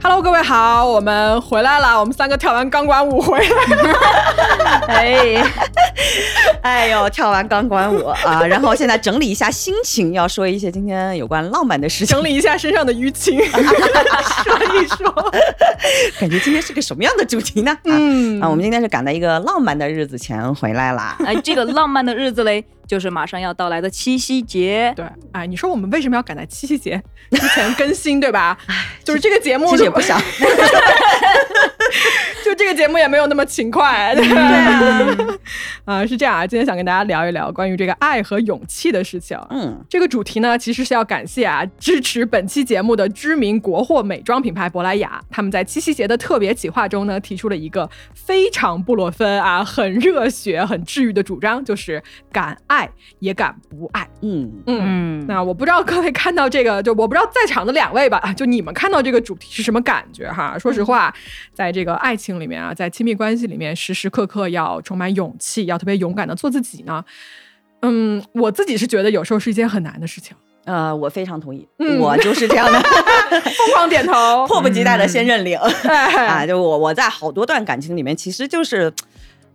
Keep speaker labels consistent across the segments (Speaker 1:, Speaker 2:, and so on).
Speaker 1: Hello，各位好，我们回来了。我们三个跳完钢管舞回来了。
Speaker 2: 哎，哎呦，跳完钢管舞啊，然后现在整理一下心情，要说一些今天有关浪漫的事情，
Speaker 1: 整理一下身上的淤青，
Speaker 2: 嗯
Speaker 1: 说一说。
Speaker 2: 感觉今天是个什么样的主题呢？嗯，啊，我们今天是赶在一个浪漫的日子前回来啦。
Speaker 3: 哎，这个浪漫的日子嘞，就是马上要到来的七夕节。
Speaker 1: 对，哎，你说我们为什么要赶在七夕节之前更新，对吧？就是这个节目
Speaker 2: 其实也不 想，
Speaker 1: 就这个节目也没有那么勤快。对吧， 啊，是这样啊，今天想跟大家聊一聊关于这个爱和勇气的事情。
Speaker 2: 嗯，
Speaker 1: 这个主题呢，其实是要感谢啊支持本期节目的知名国货美妆品牌珀莱雅，他们在七夕节的特别企划中呢，提出了一个非常布洛芬啊、很热血、很治愈的主张，就是敢爱也敢不爱。
Speaker 2: 嗯，
Speaker 1: 嗯，
Speaker 3: 嗯，
Speaker 1: 那我不知道各位看到这个，就我不知道在场的两位吧， 啊就你们看到这个主题是什么感觉哈？说实话，
Speaker 2: 嗯
Speaker 1: 在这个爱情里面啊，在亲密关系里面，时时刻刻要充满勇气，要特别勇敢的做自己呢。嗯，我自己是觉得有时候是一件很难的 事情。
Speaker 2: 呃，我非常同意，
Speaker 1: 嗯
Speaker 2: 我就是 这样的，
Speaker 1: 疯狂点头，
Speaker 2: 迫不及待的先认领。 啊，
Speaker 1: 哎，
Speaker 2: 就我我在好多段感情里面，其实就是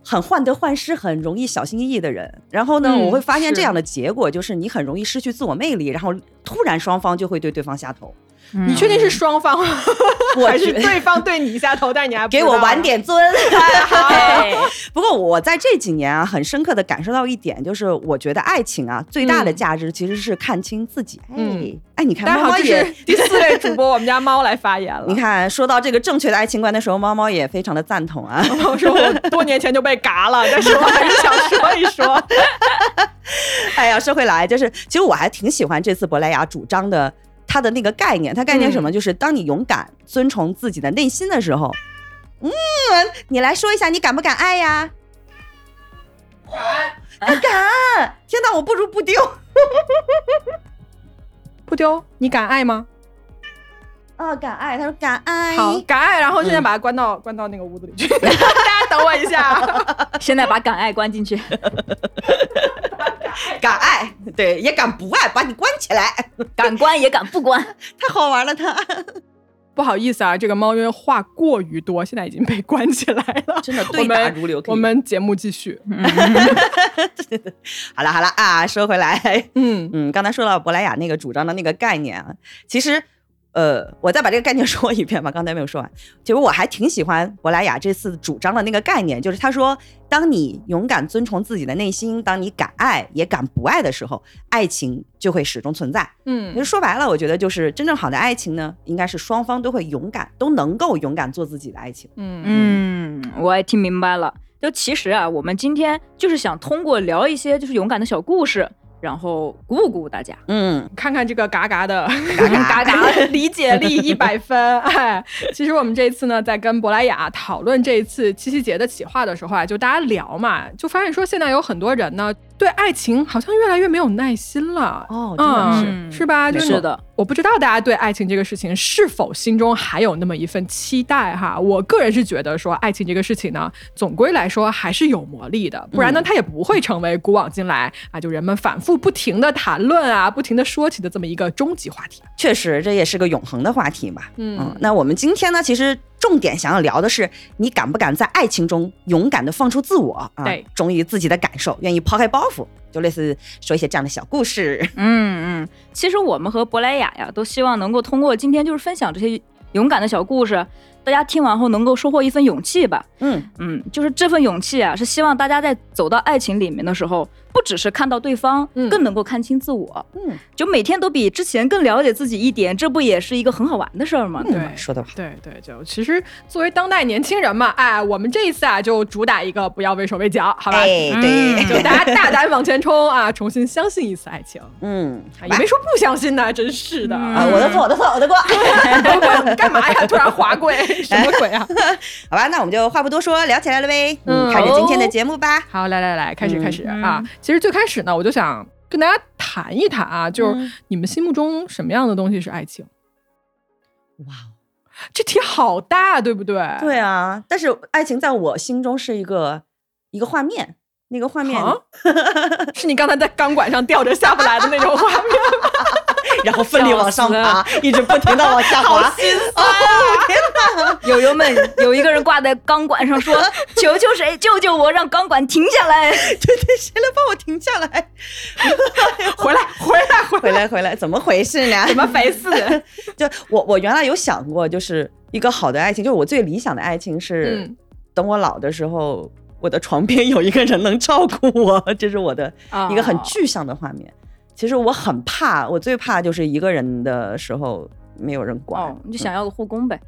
Speaker 2: 很患得患失，很容易小心翼翼的人。然后呢，
Speaker 1: 嗯
Speaker 2: 我会发现
Speaker 1: 是
Speaker 2: 这样的结果就是你很容易失去自我魅力，然后突然双方就会对对方下头。
Speaker 3: 嗯
Speaker 1: 你确定是双方，
Speaker 2: 嗯 我
Speaker 1: 还是
Speaker 2: 觉
Speaker 1: 对方对你一下头，但你还不
Speaker 2: 给
Speaker 1: 知道
Speaker 2: 我晚。点尊。
Speaker 3: 对？
Speaker 2: 不过我在这几年啊，很深刻的感受到一点，就是我觉得爱情啊，最大的
Speaker 1: 嗯
Speaker 2: 价值其实是看清自己。
Speaker 1: 嗯
Speaker 2: 哎，哎，你看
Speaker 1: 大家
Speaker 2: 猫
Speaker 1: 好，
Speaker 2: 猫
Speaker 1: 这
Speaker 2: 也
Speaker 1: 是第四位主播，我们家猫来发言了。
Speaker 2: 你，看，说到这个正确的爱情观的时候，猫猫也非常的赞同啊。
Speaker 1: 我说我多年前就被嘎了，但是我还是想说一说。
Speaker 2: 哎呀，说回来，就是其实我还挺喜欢这次珀莱雅主张的它的那个概念，它概念是什么？就是当你勇敢遵从自己的内心的时候，嗯，你来说一下，你敢不敢爱呀？敢，敢！天哪，我不如不丢。
Speaker 1: 不丢，你敢爱吗？
Speaker 2: 啊，敢爱，他说敢爱。
Speaker 1: 好，嗯敢爱，然后现在把它关到、关到那个屋子里去。 大家等我一下。
Speaker 3: 现在把敢爱关进去。
Speaker 2: 敢爱，对，也敢不爱，把你关起来，
Speaker 3: 敢关也敢不关，
Speaker 2: 太好玩了，他
Speaker 1: 不好意思啊，这个猫因为话过于多，现在已经被关起来了。
Speaker 2: 真的
Speaker 1: 我
Speaker 2: 对答
Speaker 1: 们
Speaker 2: 如流。可以
Speaker 1: 我们节目继续。
Speaker 2: 好了好了啊，说回来，
Speaker 1: 嗯
Speaker 2: 嗯，刚才说到珀莱雅那个主张的那个概念啊，其实，呃，我再把这个概念说一遍吧，刚才没有说完。其实我还挺喜欢珀莱雅这次主张的那个概念，就是他说，当你勇敢遵从自己的内心，当你敢爱也敢不爱的时候，爱情就会始终存在。其
Speaker 1: 嗯
Speaker 2: 实说白了，我觉得就是真正好的爱情呢，应该是双方都会勇敢，都能够勇敢做自己的爱情。
Speaker 1: 嗯
Speaker 3: 嗯，我也听明白了。就其实啊，我们今天就是想通过聊一些就是勇敢的小故事，然后鼓舞鼓舞大家。
Speaker 2: 嗯，
Speaker 1: 看看这个嘎嘎的。
Speaker 3: 嗯 嘎
Speaker 2: 嘎嘎
Speaker 3: 嘎，
Speaker 1: 理解力 一百分。哎，其实我们这一次呢，在跟珀莱雅讨论这一次七夕节的企划的时候啊，就大家聊嘛，就发现说现在有很多人呢，对爱情好像越来越没有耐心了。
Speaker 2: 哦，真的是，
Speaker 1: 嗯，是吧？就是
Speaker 3: 是的，
Speaker 1: 我不知道大家对爱情这个事情是否心中还有那么一份期待哈。我个人是觉得说，爱情这个事情呢，总归来说还是有魔力的，不然呢，它也不会成为古往今来啊，就人们反复不停的谈论啊，不停的说起的这么一个终极话题。
Speaker 2: 确实这也是个永恒的话题嘛。
Speaker 1: 嗯
Speaker 2: 嗯，那我们今天呢，其实重点想要聊的是，你敢不敢在爱情中勇敢的放出自我啊
Speaker 1: 对，
Speaker 2: 忠于自己的感受，愿意抛开包袱，就类似说一些这样的小故 事。
Speaker 3: 嗯嗯，其实我们和珀莱雅呀，都希望能够通过今天就是分享这些勇敢的小故事，大家听完后能够收获一份勇气吧。
Speaker 2: 嗯，
Speaker 3: 嗯，就是这份勇气啊，是希望大家在走到爱情里面的时候，不只是看到对方，
Speaker 1: 嗯
Speaker 3: 更能够看清自我。
Speaker 2: 嗯，
Speaker 3: 就每天都比之前更了解自己一点，这不也是一个很好玩的事儿
Speaker 2: 嗯
Speaker 3: 吗？
Speaker 1: 对
Speaker 2: 说得好。
Speaker 1: 对对，就嗯其实作为当代年轻人嘛，哎，我们这一次啊就主打一个不要畏手畏脚，好吧？嗯
Speaker 2: 哎，对，
Speaker 1: 就大家大胆往前冲啊，重新相信一次爱情，
Speaker 2: 嗯，好
Speaker 1: 啊
Speaker 2: 吧
Speaker 1: 也没说不相信呢，真是的。
Speaker 2: 啊，我的错，我的错， 我的锅。
Speaker 1: 干嘛呀？突然滑跪，什么鬼啊？
Speaker 2: 好吧，那我们就话不多说，聊起来了呗。
Speaker 1: 嗯
Speaker 2: 开始今天的节目吧。
Speaker 1: 好，来来来，开始
Speaker 2: 嗯
Speaker 1: 开始啊！其实最开始呢，我就想跟大家谈一谈啊，就是你们心目中什么样的东西是爱情？
Speaker 2: 哇哦，
Speaker 1: 这题好大，对不对？
Speaker 2: 对啊，但是爱情在我心中是一个一个画面，那个画面，
Speaker 1: 啊， 是你刚才在钢管上吊着下不来的那种画面。
Speaker 2: 然后奋力往上爬，一直不停的往下滑。
Speaker 1: 哦，
Speaker 3: 友友们有一个人挂在钢管上 说：“求求谁救救我，让钢管停下来。
Speaker 2: 对对，谁来帮我停下来？
Speaker 1: 回来，回来，回来，
Speaker 2: 回来回来，怎么回事呢？
Speaker 1: 怎么回 事？
Speaker 2: 就我我原来有想过，就是一个好的爱情，就是我最理想的爱情是
Speaker 1: 嗯，
Speaker 2: 等我老的时候，我的床边有一个人能照顾我，这是我的
Speaker 1: 啊
Speaker 2: 一个
Speaker 3: 哦
Speaker 2: 很具象的画面。其实我很怕，我最怕就是一个人的时候没有人管。
Speaker 3: 哦，你就想要个护工呗。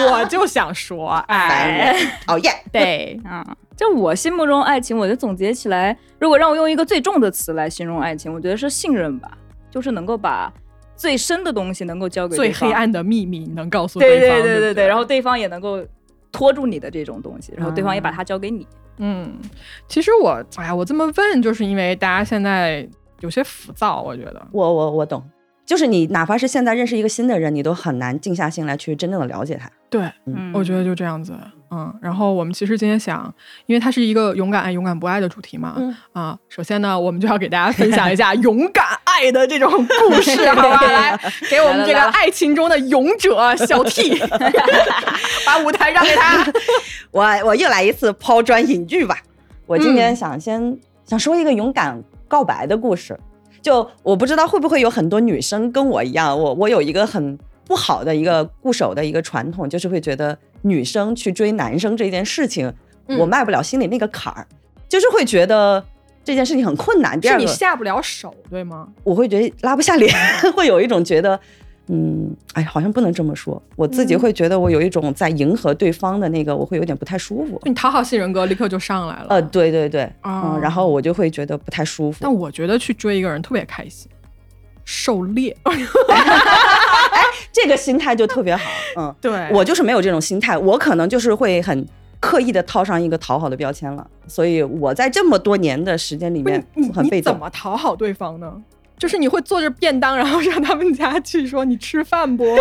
Speaker 1: 我就想说， 哎，
Speaker 2: 哎，讨厌。
Speaker 3: 对， 啊，就我心目中爱情，我就总结起来，如果让我用一个最重的词来形容爱情，我觉得是信任吧，就是能够把最深的东西能够交给
Speaker 1: 最
Speaker 3: 对方
Speaker 1: 黑，暗的秘密你能告诉
Speaker 3: 对
Speaker 1: 方，
Speaker 3: 对对
Speaker 1: 对不
Speaker 3: 对，然后对方也能够拖住你的这种东西，然后对方也把它交给你。
Speaker 1: 嗯，其实我，哎呀，我这么问，就是因为大家现在有些浮躁，我觉得，
Speaker 2: 我我我懂，就是你哪怕是现在认识一个新的人，你都很难静下心来去真正的了解他。
Speaker 1: 对，
Speaker 3: 嗯，
Speaker 1: 我觉得就这样子。嗯，然后我们其实今天想，因为它是一个勇敢爱、勇敢不爱的主题嘛，
Speaker 2: 嗯
Speaker 1: 啊，首先呢，我们就要给大家分享一下勇敢爱的这种故 事，好吧？来，给我们这个
Speaker 3: 来了
Speaker 1: 爱情中的勇者 小 T，把舞台让给他。
Speaker 2: 我我又来一次抛砖引玉吧。我今
Speaker 1: 嗯
Speaker 2: 天想先、想说一个勇敢告白的故事，就我不知道会不会有很多女生跟我一样，我我有一个很不好的一个固守的一个传统，就是会觉得女生去追男生这件事情，
Speaker 1: 嗯
Speaker 2: 我迈不了心里那个坎儿，就是会觉得这件事情很困难。第
Speaker 1: 是
Speaker 2: 二
Speaker 1: 你
Speaker 2: 个，
Speaker 1: 下不了手，对吗？
Speaker 2: 我会觉得拉不下脸， 会有一种觉得，嗯，哎，好像不能这么说。我自己
Speaker 3: 嗯
Speaker 2: 会觉得我有一种在迎合对方的那个，我会有点不太舒服。
Speaker 1: 你讨好型人格立刻就上来了。
Speaker 2: 呃，对对对，
Speaker 1: 哦
Speaker 2: 嗯，然后我就会觉得不太舒服。
Speaker 1: 但我觉得去追一个人特别开心，狩猎。
Speaker 2: 这个心态就特别好，嗯，
Speaker 1: 对
Speaker 2: 我就是没有这种心态，我可能就是会很刻意的套上一个讨好的标签了。所以我在这么多年的时间里
Speaker 1: 不是
Speaker 2: 面
Speaker 1: 你
Speaker 2: 很
Speaker 1: 你
Speaker 2: 被
Speaker 1: 怎
Speaker 2: 动。
Speaker 1: 么讨好对方呢？就是你会做着便当，然后上他们家去说你吃饭不？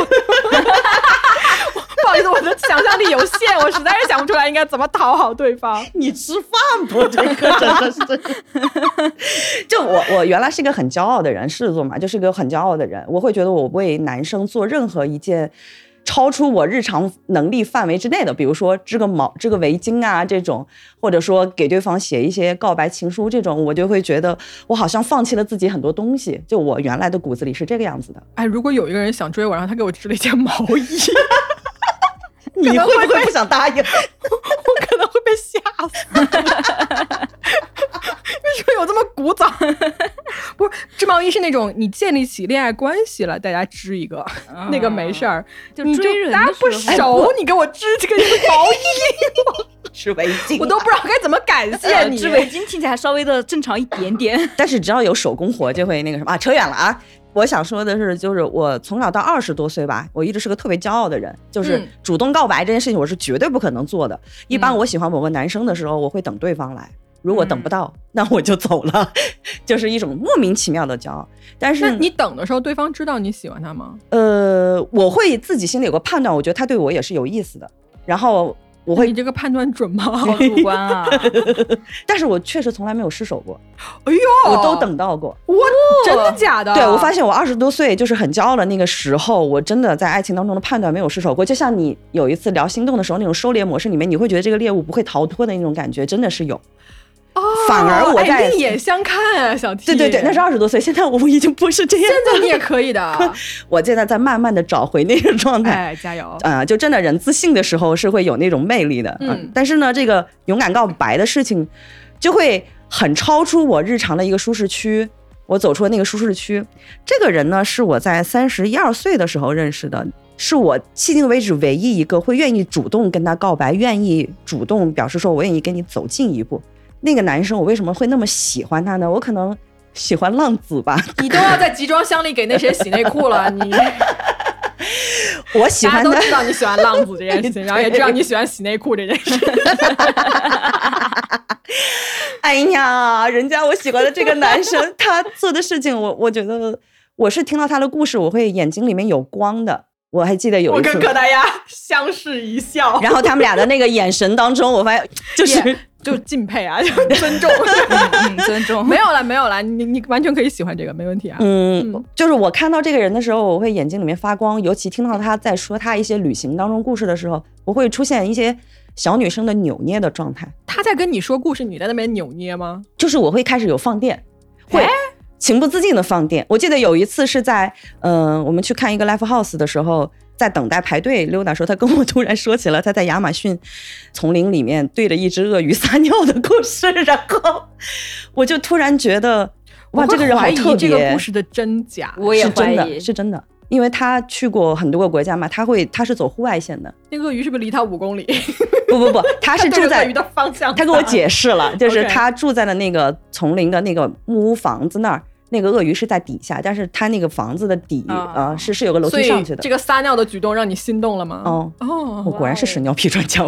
Speaker 1: 不好意思，我的想象力有限，我实在是想不出来应该怎么讨好对方。
Speaker 2: 你吃饭不？这个 真的是，就我我原来是一 个很骄傲的人，狮子座嘛，就是个很骄傲的人。我会觉得我为男生做任何一件超出我日常能力范围之内的，比如说织个毛、织个围巾啊这种，或者说给对方写一些告白情书这种，我就会觉得我好像放弃了自己很多东西。就我原来的骨子里是这个样子的，
Speaker 1: 哎，如果有一个人想追我，然后他给我织了一件毛衣，
Speaker 2: 你会不会不想答应？
Speaker 1: 我可能会被吓 死。为什么有这么古早？ 不是织毛衣是那种你建立起恋爱关系了，大家织一个， 那个没事儿。
Speaker 3: 嗯就
Speaker 1: 啊你
Speaker 3: 追人的
Speaker 1: 搭哎不
Speaker 3: 时候呃
Speaker 1: 熟，你给我织这个毛衣，
Speaker 2: 是围巾啊
Speaker 1: 我都不知道该怎么 感谢
Speaker 3: 呃
Speaker 1: 你。
Speaker 3: 织围巾听起来稍微的正常一 点点。
Speaker 2: 但是只要有手工活，就会那个什么啊，扯远了啊。我想说的是，就是我从小到二十多岁吧，我一直是个特别骄傲的人，就是
Speaker 1: 嗯
Speaker 2: 主动告白这件事情，我是绝对不可能做的。一般
Speaker 1: 嗯
Speaker 2: 我喜欢某个男生的时候，我会等对方来，如果等不到，
Speaker 1: 嗯
Speaker 2: 那我就走了， 就是一种莫名其妙的骄傲。但
Speaker 1: 那
Speaker 2: 是
Speaker 1: 你等的时候，对方知道你喜欢他吗？
Speaker 2: 呃，我会自己心里有个判断，我觉得他对我也是有意思的，然后我会
Speaker 1: 你，这个判断准 吗？
Speaker 3: 好主观啊！
Speaker 2: 但是我确实从来没有失手过，
Speaker 1: 哎呦，
Speaker 2: 我都，等到过。
Speaker 1: 我真的假的？
Speaker 2: 对，我发现我二十多岁就是很骄傲的那个时候，我真的在爱情当中的判断没有失手过。就像你有一次聊心动的时候那种收敛模式里面，你会觉得这个猎物不会逃脱的那种感觉，真的是有。
Speaker 1: 哦，
Speaker 2: 反而我
Speaker 1: 哎
Speaker 2: 在
Speaker 1: 另眼相看啊，小 T。
Speaker 2: 对对对，那是二十多岁，现在我已经不是这样
Speaker 1: 现在
Speaker 2: 了。
Speaker 1: 你也可以 的，
Speaker 2: 我现在在慢慢的找回那个状态。
Speaker 1: 哎，加 油！
Speaker 2: 啊、就真的人自信的时候是会有那种魅力的，呃
Speaker 1: 嗯
Speaker 2: 但是呢，这个勇敢告白的事情，就会很超出我日常的一个舒适区。我走出了那个舒适区。这个人呢，是我在三十一二岁的时候认识的，是我迄今为止唯一一个会愿意主动跟他告白，愿意主动表示说我愿意跟你走近一步。那个男生，我为什么会那么喜欢他呢？我可能喜欢浪子吧，
Speaker 1: 你都要在集装箱里给那谁洗内裤了，你
Speaker 2: 我喜
Speaker 1: 大家
Speaker 2: 欢
Speaker 1: 都
Speaker 2: 他。
Speaker 1: 知道你喜欢浪子这件事 情，然后也知道你喜欢洗内裤这件事。
Speaker 2: 哎呀，人家我喜欢的这个男生，他做的事情我，我觉得我是听到他的故事，我会眼睛里面有光的。我还记得有
Speaker 1: 我
Speaker 2: 一
Speaker 1: 跟
Speaker 2: 次，
Speaker 1: 葛大丫相视一 笑，
Speaker 2: 然后他们俩的那个眼神当中，我发 现就是
Speaker 1: 也就敬佩啊，就尊 重。
Speaker 3: 嗯，尊重。
Speaker 1: 没有啦，没有啦，你你完全可以喜欢这个，没问题啊。
Speaker 2: 嗯
Speaker 1: 嗯，
Speaker 2: 就是我看到这个人的时候，我会眼睛里面发光，尤其听到他在说他一些旅行当中故事的时候，我会出现一些小女生的扭捏的状态，
Speaker 1: 他在跟你说故事，你在那边扭捏吗？
Speaker 2: 就是我会开始有放电，会
Speaker 1: 哎
Speaker 2: 情不自禁的放电。我记得有一次是在嗯、呃我们去看一个 live house 的时候。在等待排队溜达的时候，他跟我突然说起了他在亚马逊丛林里面对着一只鳄鱼撒尿的故事，然后我就突然觉得，哇，
Speaker 1: 我会
Speaker 2: 这个人好
Speaker 1: 怀疑
Speaker 2: 特别。
Speaker 1: 这个故事的真假。
Speaker 3: 我也
Speaker 2: 是
Speaker 3: 怀
Speaker 2: 真
Speaker 3: 疑
Speaker 2: 的，，是真的，因为他去过很多个国家嘛，他会他是走户外线的，
Speaker 1: 那鳄鱼是不是离他五公 里？
Speaker 2: 不不不，他啊 是
Speaker 1: 对
Speaker 2: 住
Speaker 1: 着鳄
Speaker 2: 在
Speaker 1: 鱼的方向撒。
Speaker 2: 他跟我解释了，就是
Speaker 1: OK
Speaker 2: 他住在了那个丛林的那个木屋房子那儿，那个鳄鱼是在底下，但是他那个房子的底
Speaker 3: 啊
Speaker 2: 呃是是有个楼
Speaker 1: 所
Speaker 2: 梯
Speaker 1: 以
Speaker 2: 上去的
Speaker 1: 这，个撒尿的举动让你心动了吗？
Speaker 2: 哦。我
Speaker 1: 哦，
Speaker 2: 果然是屎尿屁专家，我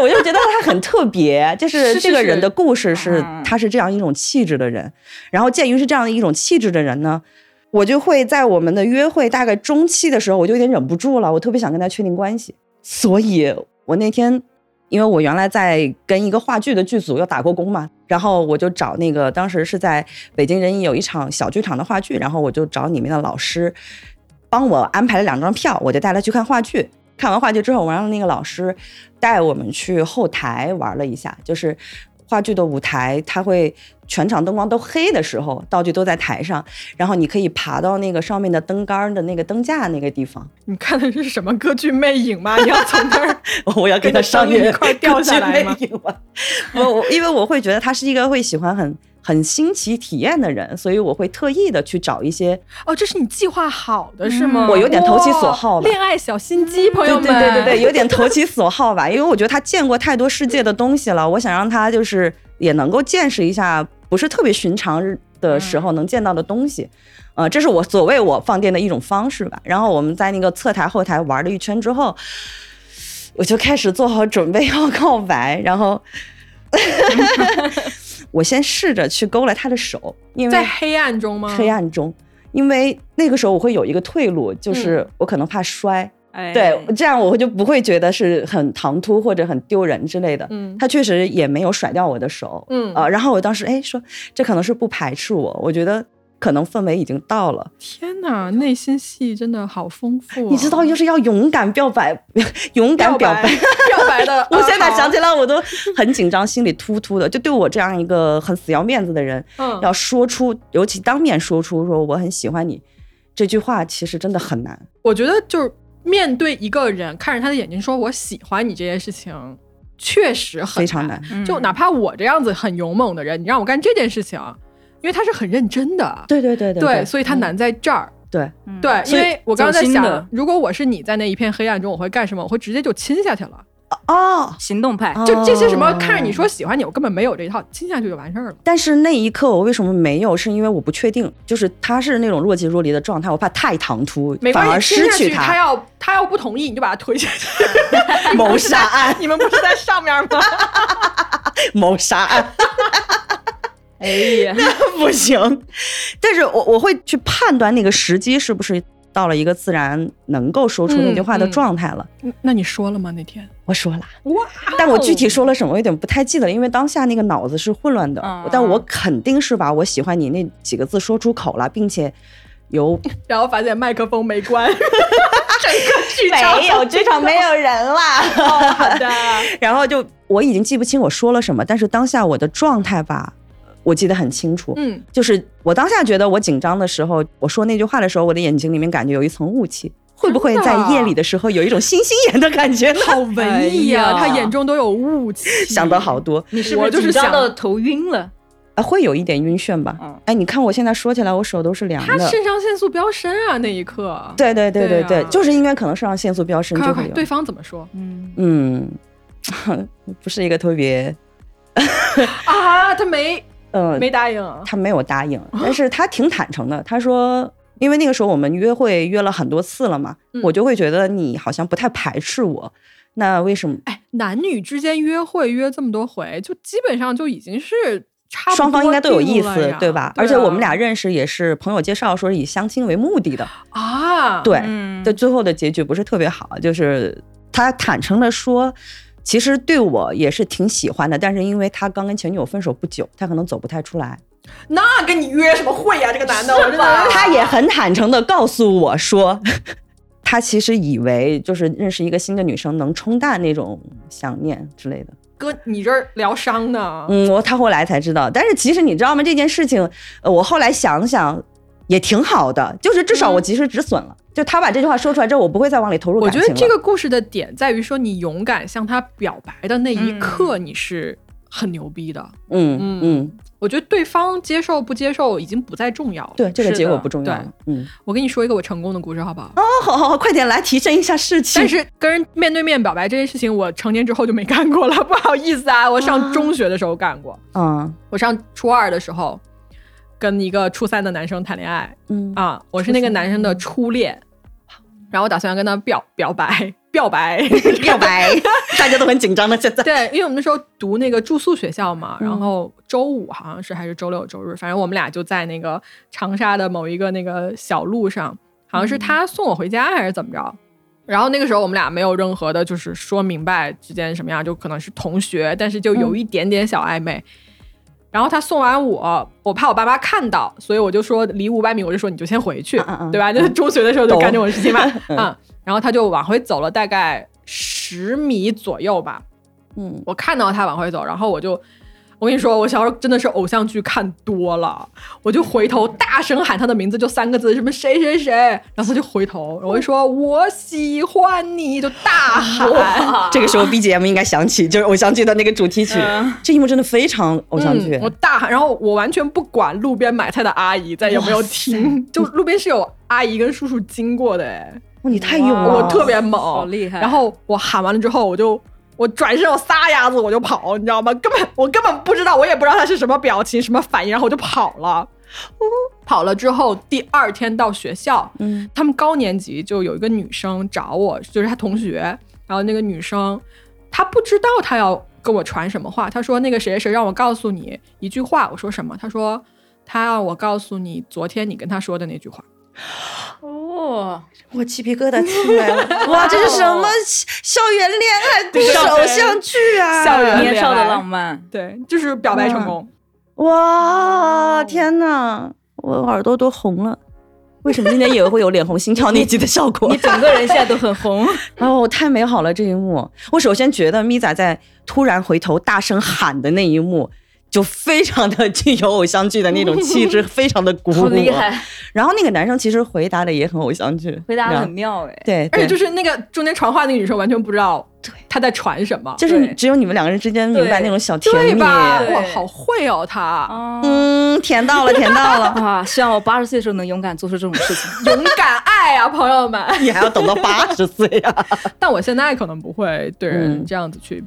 Speaker 2: 我就觉得他很特别，就是是
Speaker 1: 是
Speaker 2: 这个
Speaker 1: 是
Speaker 2: 人的故事是
Speaker 3: 嗯
Speaker 2: 他是这样一种气质的人，然后鉴于是这样的一种气质的人呢，我就会在我们的约会大概中期的时候，我就有点忍不住了，我特别想跟他确定关系，所以我那天。因为我原来在跟一个话剧的剧组又打过工嘛，然后我就找那个当时是在北京人艺有一场小剧场的话剧，然后我就找里面的老师帮我安排了两张票，我就带他去看话剧。看完话剧之后，我让那个老师带我们去后台玩了一下，就是话剧的舞台，它会全场灯光都黑的时候，道具都在台上，然后你可以爬到那个上面的灯杆儿的那个灯架那个地 方。
Speaker 1: 你看的是什么歌剧《魅影》 吗？你要从那儿
Speaker 2: 我要跟他商
Speaker 1: 跟
Speaker 2: 业
Speaker 1: 着灯一块掉下来吗？
Speaker 2: 我我因为我会觉得他是一个会喜欢很很新奇体验的人，所以我会特意的去找一些
Speaker 1: 哦，这是你计划好的是吗？
Speaker 3: 嗯我
Speaker 2: 有点投其所好
Speaker 1: 哇
Speaker 2: 了
Speaker 1: 恋爱小心机，朋友
Speaker 2: 对
Speaker 1: 们，
Speaker 2: 对对对对，有点投其所好 吧，因为我觉得他见过太多世界的东西了，我想让他就是也能够见识一下不是特别寻常的时
Speaker 1: 嗯
Speaker 2: 候能见到的东西，呃，这是我所谓我放电的一种方式吧。然后我们在那个侧台后台玩了一圈之后，我就开始做好准备要告白，然 后 我先试着去勾了他的手，因为
Speaker 1: 在黑暗中吗？
Speaker 2: 黑暗中。因为那个时候我会有一个退路，
Speaker 1: 嗯
Speaker 2: 就是我可能怕摔，
Speaker 3: 哎
Speaker 2: 对，这样我就不会觉得是很唐突或者很丢人之类的。
Speaker 1: 嗯
Speaker 2: 他确实也没有甩掉我的手，
Speaker 1: 嗯
Speaker 2: 呃，然后我当时哎说，这可能是不排斥我，我觉得可能氛围已经到了。
Speaker 1: 天哪，内心戏真的好丰富啊、
Speaker 2: 你知道，就是要勇敢表白， 勇敢
Speaker 1: 表
Speaker 2: 表白。，
Speaker 1: 表白的
Speaker 2: 我现在
Speaker 1: 啊
Speaker 2: 想，起来我都很紧张，心里突突的。就对我这样一个很死要面子的人，
Speaker 1: 好嗯，
Speaker 2: 要说出，尤其当面说出说我很喜欢你这句话，其实真的很难。
Speaker 1: 我觉得就是面对一个人，看着他的眼睛说“我喜欢你”这件事情，确实很
Speaker 2: 非常难
Speaker 3: 嗯
Speaker 1: 就哪怕我这样子很勇猛的人，你让我干这件事情，因为他是很认真的，
Speaker 2: 对对对对，嗯
Speaker 1: 所以他难在这儿。
Speaker 2: 对，
Speaker 3: 嗯
Speaker 1: 对，因
Speaker 2: 所以
Speaker 1: 为我刚刚在
Speaker 3: 走心的
Speaker 1: 想，如果我是你在那一片黑暗中，我会干什么？我会直接就亲下去了。
Speaker 2: 哦，
Speaker 3: 行动派，
Speaker 1: 就这些什么看着
Speaker 2: 哦
Speaker 1: 你说喜欢你，我根本没有这一套，亲下去就完事儿了。
Speaker 2: 但是那一刻我为什么没有？是因为我不确定，就是他是那种若即若离的状态，我怕太唐突，
Speaker 1: 没
Speaker 2: 反而
Speaker 1: 关系，亲
Speaker 2: 失
Speaker 1: 下
Speaker 2: 去
Speaker 1: 去他要他要不同意，你就把他推下去。
Speaker 2: 谋杀案，
Speaker 1: 你们不是在上面吗？
Speaker 2: 谋杀案
Speaker 3: 哎呀，
Speaker 2: 不行。但是我我会去判断那个时机是不是到了一个自然能够说出那句话的状态了。
Speaker 1: 嗯 哦那你说了吗？那天
Speaker 2: 我说了，
Speaker 1: 哇，哦
Speaker 2: 但我具体说了什么，我有点不太记得了，因为当下那个脑子是混乱的。
Speaker 1: 啊
Speaker 3: 嗯
Speaker 2: 但我肯定是把我喜欢你那几个字说出口了，并且有
Speaker 1: 然后发现麦克风没关， 整个剧场
Speaker 2: 剧场没有人啦。
Speaker 1: 哦 好的，
Speaker 2: 然后就我已经记不清我说了什么，但是当下我的状态吧，我记得很清楚。
Speaker 1: 嗯，
Speaker 2: 就是我当下觉得我紧张的时候，我说那句话的时候，我的眼睛里面感觉有一层雾气，会不会
Speaker 1: 真的
Speaker 2: 在
Speaker 1: 啊
Speaker 2: 夜里的时候有一种星星眼的感觉呢？
Speaker 1: 好文艺
Speaker 3: 哎
Speaker 1: 啊，
Speaker 3: 呀
Speaker 1: 他眼中都有雾气，
Speaker 2: 想的好多
Speaker 3: 你是不
Speaker 1: 我就是
Speaker 3: 紧张
Speaker 1: 想
Speaker 3: 到头晕了？
Speaker 2: 啊，会有一点晕眩吧？
Speaker 3: 嗯
Speaker 2: 哎，你看我现在说起来，我手都是凉
Speaker 1: 他
Speaker 2: 的。
Speaker 1: 肾上腺素飙升啊，那一刻。
Speaker 2: 对对对对
Speaker 1: 对
Speaker 2: 对，
Speaker 1: 啊
Speaker 2: 就是因为可能肾上腺素飙升
Speaker 1: 快
Speaker 2: 就
Speaker 1: 快快！
Speaker 2: 会有。
Speaker 1: 对方怎么说
Speaker 3: 嗯，
Speaker 2: 嗯， 不是一个特别，
Speaker 1: 啊？他没
Speaker 2: 嗯、
Speaker 1: 没答应，
Speaker 2: 他没有答应，但是他挺坦诚的。他说，因为那个时候我们约会约了很多次了嘛，
Speaker 1: 嗯
Speaker 2: 我就会觉得你好像不太排斥我。那为什么？
Speaker 1: 哎，男女之间约会约这么多回，就基本上就已经是差不多
Speaker 2: 双方应该都有意
Speaker 1: 定了
Speaker 2: 思
Speaker 1: 呀，啊
Speaker 2: 对吧？而且我们俩认识也是朋友介绍，说是以相亲为目的的，
Speaker 1: 啊，
Speaker 2: 对。
Speaker 3: 嗯
Speaker 2: 但最后的结局不是特别好，就是他坦诚的说，其实对我也是挺喜欢的，但是因为他刚跟前女友分手不久，他可能走不太出来。
Speaker 1: 那跟你约什么会呀、这个男的，我真 的
Speaker 2: 他也很坦诚的告诉我说， 他其实以为就是认识一个新的女生能冲淡那种想念之类的。
Speaker 1: 哥，你这儿疗伤呢？
Speaker 2: 嗯，我他后来才知道，但是其实你知道吗？这件事情，呃我后来想想也挺好的，就是至少
Speaker 1: 嗯
Speaker 2: 我及时止损了。就他把这句话说出来之后，我不会再往里投入
Speaker 1: 我
Speaker 2: 感
Speaker 1: 觉
Speaker 2: 情
Speaker 1: 得这
Speaker 2: 了
Speaker 1: 个故事的点在于说，你勇敢向他表白的那一刻，你是很牛逼的。
Speaker 2: 嗯
Speaker 1: 嗯
Speaker 2: 嗯嗯，
Speaker 1: 我觉得对方接受不接受已经不再重要了。
Speaker 2: 对，这个
Speaker 3: 是
Speaker 2: 结果
Speaker 3: 的
Speaker 2: 不重要
Speaker 1: 对
Speaker 2: 了。嗯，
Speaker 1: 我跟你说一个我成功的故事，好不好？
Speaker 2: 哦，好好好，快点来提升一下士气。
Speaker 1: 但是跟人面对面表白这件事情，我成年之后就没干过了，不好意思啊，我 上中学的时候干过，
Speaker 2: 嗯
Speaker 1: 我上初二的时候跟一个初三的男生谈恋爱
Speaker 2: 嗯
Speaker 1: 啊，我是那个男生的初恋，然后我打算要跟他表表白，表白。
Speaker 2: 表白， 大家都很紧张的现在。
Speaker 1: 对，因为我们那时候读那个住宿学校嘛，
Speaker 2: 嗯
Speaker 1: 然后周五好像是还是周六周日，反正我们俩就在那个长沙的某一个那个小路上，好
Speaker 2: 嗯
Speaker 1: 像是他送我回家还是怎么着。然后那个时候我们俩没有任何的，就是说明白之间什么样，就可能是同学，但是就
Speaker 2: 嗯
Speaker 1: 有一点点小暧昧。然后他送完我，我怕我爸妈看到，所以我就说离五百米，我就说你就先回去，
Speaker 2: 嗯嗯嗯
Speaker 1: 对啊吧？就是中学的时候就
Speaker 2: 懂
Speaker 1: 干这种事情嘛， 嗯。然后他就往回走了大概十米左右吧，
Speaker 2: 嗯，
Speaker 1: 我看到他往回走，然后我就，我跟你说，我小时候真的是偶像剧看多了，我就回头大声喊他的名字，就三个字，什么谁谁谁，然后他就回头，我就说我喜欢你，就大喊。
Speaker 2: 这个时候 BGM 应该响起，就是偶像剧的那个主题曲。
Speaker 3: 嗯
Speaker 2: 这一幕真的非常偶像剧。
Speaker 1: 嗯， 我大喊，然后我完全不管路边买菜的阿姨在有没有 听，就路边是有阿姨跟叔叔经过的，哎，
Speaker 2: 哇，你太勇了！
Speaker 1: 我特别猛，
Speaker 3: 好厉害
Speaker 1: 然后我喊完了之后，我就我转身我撒丫子我就跑，你知道吗？根本我根本不知道，我也不知道他是什么表情、什么反应，然后我就跑了。跑了之后，第二天到学校，
Speaker 2: 嗯
Speaker 1: 他们高年级就有一个女生找我，就是她同学，然后那个女生她不知道她要跟我传什么话，她说那个谁谁谁让我告诉你一句话，我说什么？她说她让我告诉你昨天你跟她说的那句话。
Speaker 3: 哦，
Speaker 2: 我鸡皮疙瘩起 来了！哇，这是什么校校园恋爱故
Speaker 1: 对
Speaker 2: 事、
Speaker 1: 校
Speaker 2: 偶
Speaker 1: 园
Speaker 2: 像剧啊？
Speaker 1: 校园
Speaker 3: 年少的浪漫，
Speaker 1: 对，就是表白成功。
Speaker 2: 哇，天哪，我耳朵都红了。为什么今天也会有脸红心跳那集的效果？
Speaker 3: 你整个人现在都很 红，
Speaker 2: 哦，太美好了这一幕！我首先觉得咪仔在突然回头大声喊的那一幕，就非常的具有偶像剧的那种气质，非常的鼓舞。
Speaker 3: 好厉害，
Speaker 2: 然后那个男生其实回答的也很偶像剧，
Speaker 3: 回答
Speaker 2: 你
Speaker 3: 的
Speaker 2: 知道
Speaker 3: 很妙哎，
Speaker 2: 对，
Speaker 1: 而且就是是那个中间传话那个女生完全不知道她在传什么，
Speaker 2: 就是你
Speaker 3: 对
Speaker 2: 只有你们两个人之间明白
Speaker 3: 对
Speaker 2: 那种小甜
Speaker 1: 对
Speaker 2: 蜜，
Speaker 1: 吧？
Speaker 3: 对
Speaker 1: 哇，好会哦，她
Speaker 3: 啊
Speaker 2: 嗯，甜到了，甜到了。
Speaker 3: 啊！希望我八十岁的时候能勇敢做出这种 事情。
Speaker 2: 嗯
Speaker 1: 勇敢爱啊，朋友们！
Speaker 2: 你还要等到八十岁啊！
Speaker 1: 但我现在可能不会对人
Speaker 2: 嗯
Speaker 1: 这样子去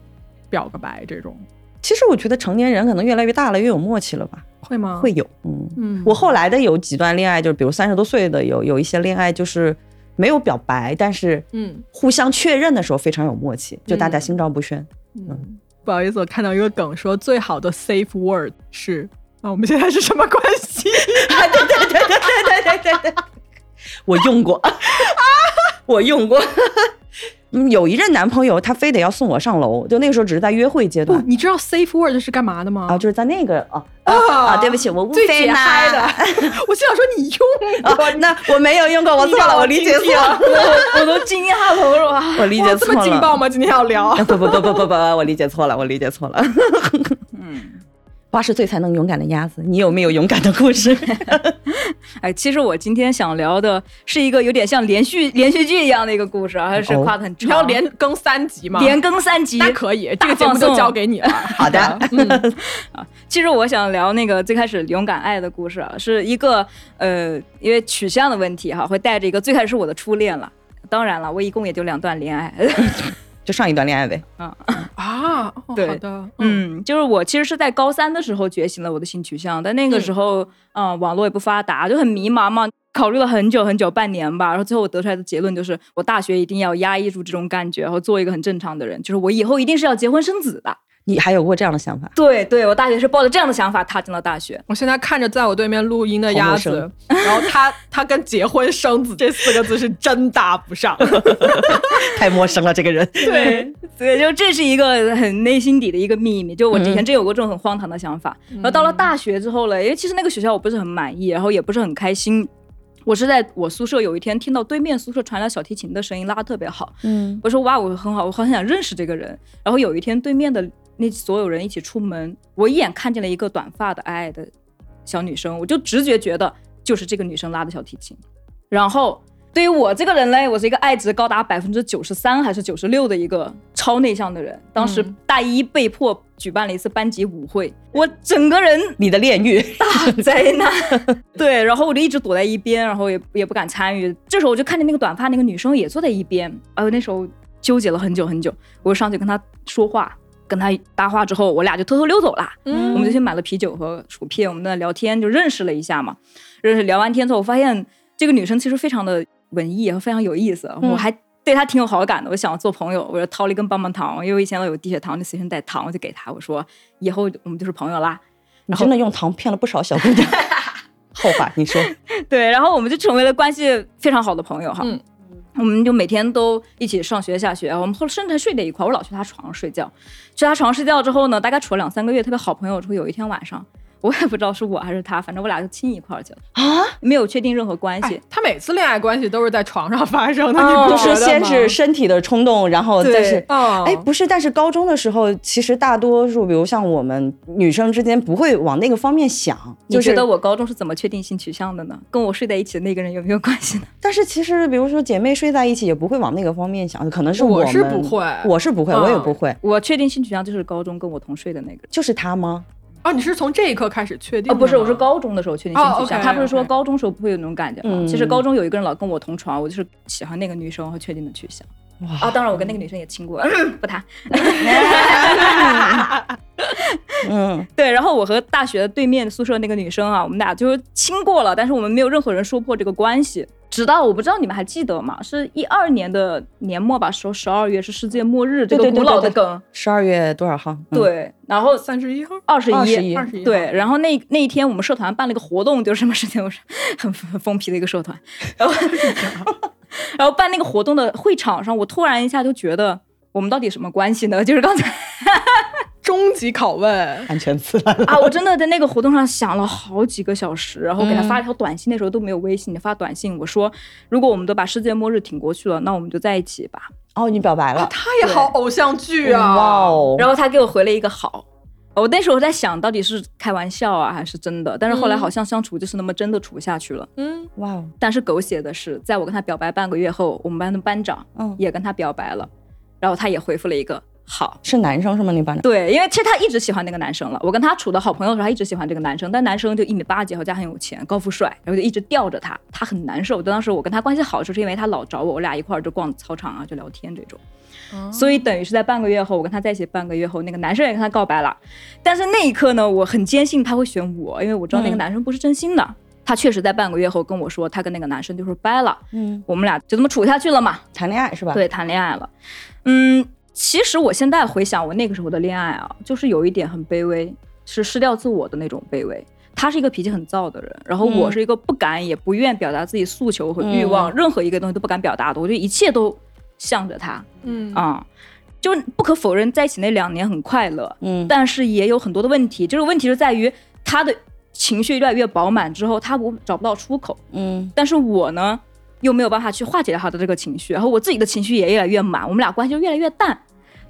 Speaker 1: 表个白，这种
Speaker 2: 其实我觉得成年人可能越来越大了，越有默契了吧？
Speaker 1: 会吗？
Speaker 2: 会，有，嗯。
Speaker 1: 嗯，
Speaker 2: 我后来的有几段恋爱，就是比如三十多岁的有有一些恋爱，就是没有表白，但是
Speaker 1: 嗯
Speaker 2: 互相确认的时候非常有默契，就大家
Speaker 1: 嗯
Speaker 2: 心照不宣。
Speaker 1: 嗯，不好意思，我看到一个梗说最好的 safe word 是啊，我们现在是什么关 系？
Speaker 2: 我用过，我用过。 嗯有一任男朋友，他非得要送我上楼，就那个时候只是在约会阶
Speaker 1: 不，
Speaker 2: 段
Speaker 1: 你知道 safe word 是干嘛的吗？
Speaker 2: 啊，就是在那个啊
Speaker 1: 啊
Speaker 2: 啊，对不起，我误
Speaker 1: 最
Speaker 2: 会
Speaker 1: 解嗨的
Speaker 2: 啦。，
Speaker 1: 我心想说你用过
Speaker 2: 啊，那我没有用过，我
Speaker 3: 你
Speaker 2: 错
Speaker 3: 让
Speaker 2: 了，
Speaker 3: 我
Speaker 2: 我理解
Speaker 3: 听听
Speaker 2: 错了，
Speaker 3: 我我都惊讶了，我说哇，
Speaker 2: 我理
Speaker 1: 哇
Speaker 2: 解
Speaker 1: 这
Speaker 2: 错
Speaker 1: 么劲爆
Speaker 2: 了。
Speaker 1: 吗？今天要聊
Speaker 2: 啊 不不不不不不，我理解错了，我理 解错了。
Speaker 3: 嗯，
Speaker 2: 八十岁才能勇敢的鸭子，你有没有勇敢的 故事？
Speaker 3: 哎，其实我今天想聊的是一个有点像连续连续剧一样的一个故事啊，还是
Speaker 2: 哦
Speaker 3: 跨得很
Speaker 1: 你
Speaker 3: 长，
Speaker 1: 要连更三集吗？
Speaker 3: 连更三集
Speaker 1: 那。可以，这
Speaker 3: 大
Speaker 1: 个节目
Speaker 3: 放
Speaker 1: 就
Speaker 3: 送
Speaker 1: 交给你了。
Speaker 2: 好的，
Speaker 1: 嗯，
Speaker 3: 其实我想聊那个最开始勇敢爱的故事啊，是一个呃，因为取向的问题哈、会带着一个最开始是我的初恋了。当然了，我一共也就两段恋爱，
Speaker 2: 就上一段恋爱呗。
Speaker 1: 啊，哦
Speaker 3: 对
Speaker 1: 好的，嗯
Speaker 3: 嗯， 就是我其实是在高三的时候觉醒了我的性取向，但那个时候，嗯、网络也不发达，就很迷茫嘛。考虑了很久很久，半年吧，然后最后我得出来的结论就是，我大学一定要压抑住这种感觉，然后做一个很正常的人，就是我以后一定是要结婚生子的。
Speaker 2: 你还有过这样的想法？
Speaker 3: 对对，我大学是抱着这样的想法踏进了大学。
Speaker 1: 我现在看着在我对面录音的鸭
Speaker 2: 好
Speaker 1: 子
Speaker 2: 陌，
Speaker 1: 然后他他跟结婚生子这四个字是真搭不上。
Speaker 2: 太陌生了，这个人。
Speaker 1: 对，
Speaker 3: 对，就这是一个很内心底的一个秘密。就我之前真有过这种很荒唐的想法，然后到了大学之后了，因为其实那个学校我不是很满意，然后也不是很开心。我是在我宿舍有一天听到对面宿舍传来小提琴的声音，拉得特别好。
Speaker 2: 嗯，
Speaker 3: 我说哇，我很好，我好想认识这个人。然后有一天对面的那所有人一起出门，我一眼看见了一个短发的矮矮的小女生，我就直觉觉得就是这个女生拉的小提琴。然后对于我这个人嘞，我是一个爱值高达百分之九十三还是九十六的一个超内向的人。当时
Speaker 1: 嗯
Speaker 3: 大一被迫举办了一次班级舞会，我整个人
Speaker 2: 你的炼狱，
Speaker 3: 灾难。 对，然后我就一直躲在一边，然后也也不敢参与。这时候我就看见那个短发那个女生也坐在一边，哎呦，那时候纠结了很久很久。我就上去跟她说话，跟她搭话之后，我俩就偷偷溜走啦。
Speaker 1: 嗯
Speaker 3: 我们就去买了啤酒和薯片，我们在那聊天就认识了一下嘛。认识聊完天之后，我发现这个女生其实非常的文艺，非常有意思，
Speaker 1: 嗯
Speaker 3: 我还。对她挺有好感的，我想做朋友，我就掏了一根棒棒糖，因为我以前老有低血糖，就随身带糖，我就给她，我说以后我们就是朋友啦。
Speaker 2: 你真的用糖骗了不少小姑 娘。后话你说，
Speaker 3: 对，然后我们就成为了关系非常好的朋友哈。
Speaker 1: 嗯
Speaker 3: 我们就每天都一起上学、下学，我们后甚至还睡在一块儿。我老去他床上睡觉，去他床上睡觉之后呢，大概处了两三个月，特别好朋友之后，有一天晚上，我也不知道是我还是他，反正我俩就亲一块儿去了啊，没有确定任何关系
Speaker 1: 哎。他每次恋爱关系都是在床上发生的，
Speaker 3: 哦
Speaker 1: 你
Speaker 2: 就
Speaker 1: 不觉
Speaker 2: 是
Speaker 1: 得
Speaker 2: 先
Speaker 1: 吗
Speaker 2: 是身体的冲动，然后
Speaker 3: 对
Speaker 2: 再是。
Speaker 1: 哦，
Speaker 2: 哎，不是，但是高中的时候，其实大多数，比如像我们女生之间，不会往那个方面想。就
Speaker 3: 你觉
Speaker 2: 是
Speaker 3: 得我高中是怎么确定性取向的呢？跟我睡在一起的那个人有没有关系呢？
Speaker 2: 但是其实，比如说姐妹睡在一起，也不会往那个方面想，可能是
Speaker 1: 我
Speaker 2: 们
Speaker 1: 是不会
Speaker 2: 我是不会，我也
Speaker 1: 嗯
Speaker 2: 不会，
Speaker 3: 我确定性取向就是高中跟我同睡的那个人。
Speaker 2: 就是他吗？
Speaker 1: 哦，你是从这一刻开始确定的
Speaker 3: 哦，
Speaker 1: 吗？
Speaker 3: 不是，我是高中的时候确定性
Speaker 1: 哦
Speaker 3: 取向。
Speaker 1: ，OK，
Speaker 3: 他不是说
Speaker 1: OK
Speaker 3: 高中时候不会有那种感觉吗？
Speaker 2: 嗯
Speaker 3: 其实高中有一个人老跟我同床，我就是喜欢那个女生，然后确定的取向。啊，当然我跟那个女生也亲过， 不谈。
Speaker 2: 嗯，
Speaker 3: 对，然后我和大学对面宿舍那个女生啊，我们俩就是亲过了，但是我们没有任何人说破这个关系。直到我不知道你们还记得吗？是一二年的年末吧，说十二月是世界末日这
Speaker 2: 对
Speaker 3: 个
Speaker 2: 对对
Speaker 3: 古老的
Speaker 2: 对对
Speaker 3: 梗。
Speaker 2: 十二月多少号？嗯，
Speaker 3: 对，然后
Speaker 1: 哦三十一号，
Speaker 3: 二十
Speaker 2: 21
Speaker 1: 21
Speaker 3: 对，然后那那一天我们社团办了一个活动，就是什么事情，我是 很很疯皮的一个社 团，然后然后办那个活动的会场上，我突然一下就觉得我们到底什么关系呢？ 就是刚才
Speaker 1: 终极拷问，
Speaker 2: 安全词来了。
Speaker 3: 啊，我真的在那个活动上想了好几个小时，然后给他
Speaker 1: 嗯
Speaker 3: 发了条短信，那时候都没有微信，发短信我说，如果我们都把世界末日挺过去了，那我们就在一起吧。
Speaker 2: 哦，你表白了，
Speaker 1: 他也好偶像剧啊！
Speaker 2: 哇，哦！
Speaker 3: 然后他给我回了一个好。我那时候在想到底是开玩笑啊还是真的，但是后来
Speaker 1: 嗯
Speaker 3: 好像相处就是那么真的处不下去了。
Speaker 1: 嗯，
Speaker 2: 哇哦，
Speaker 3: 但是狗血的是，在我跟他表白半个月后，我们班的班长
Speaker 2: 嗯，
Speaker 3: 也跟他表白了，然后他也回复了一个好。
Speaker 2: 是男生是吗？你班长？
Speaker 3: 对，因为其实他一直喜欢那个男生了。我跟他处的好朋友的时候，他一直喜欢这个男生，但男生就一米八几，然后家很有钱，高富帅，然后就一直吊着他，他很难受。当时我跟他关系好，就是因为他老找我，我俩一块儿就逛操场啊，就聊天这种。所以等于是在半个月后，我跟他在一起半个月后，那个男生也跟他告白了。但是那一刻呢，我很坚信他会选我，因为我知道那个
Speaker 2: 嗯
Speaker 3: 男生不是真心的。他确实在半个月后跟我说，他跟那个男生就是掰了，
Speaker 2: 嗯，
Speaker 3: 我们俩就这么处下去了嘛。
Speaker 2: 谈恋爱是吧？，
Speaker 3: 对，谈恋爱了。嗯，其实我现在回想我那个时候的恋爱啊，就是有一点很卑微，是失掉自我的那种卑微。他是一个脾气很躁的人，然后我
Speaker 2: 嗯
Speaker 3: 是一个不敢也不愿表达自己诉求和欲望，任何一个东西都不敢表达的，我就一切都向着他
Speaker 1: 嗯
Speaker 3: 啊、就不可否认，在一起那两年很快乐，
Speaker 2: 嗯，
Speaker 3: 但是也有很多的问题。这个问题就在于他的情绪越来越饱满之后，他不找不到出口，
Speaker 2: 嗯，
Speaker 3: 但是我呢又没有办法去化解掉他的这个情绪，然后我自己的情绪也越来越满，我们俩关系就越来越淡。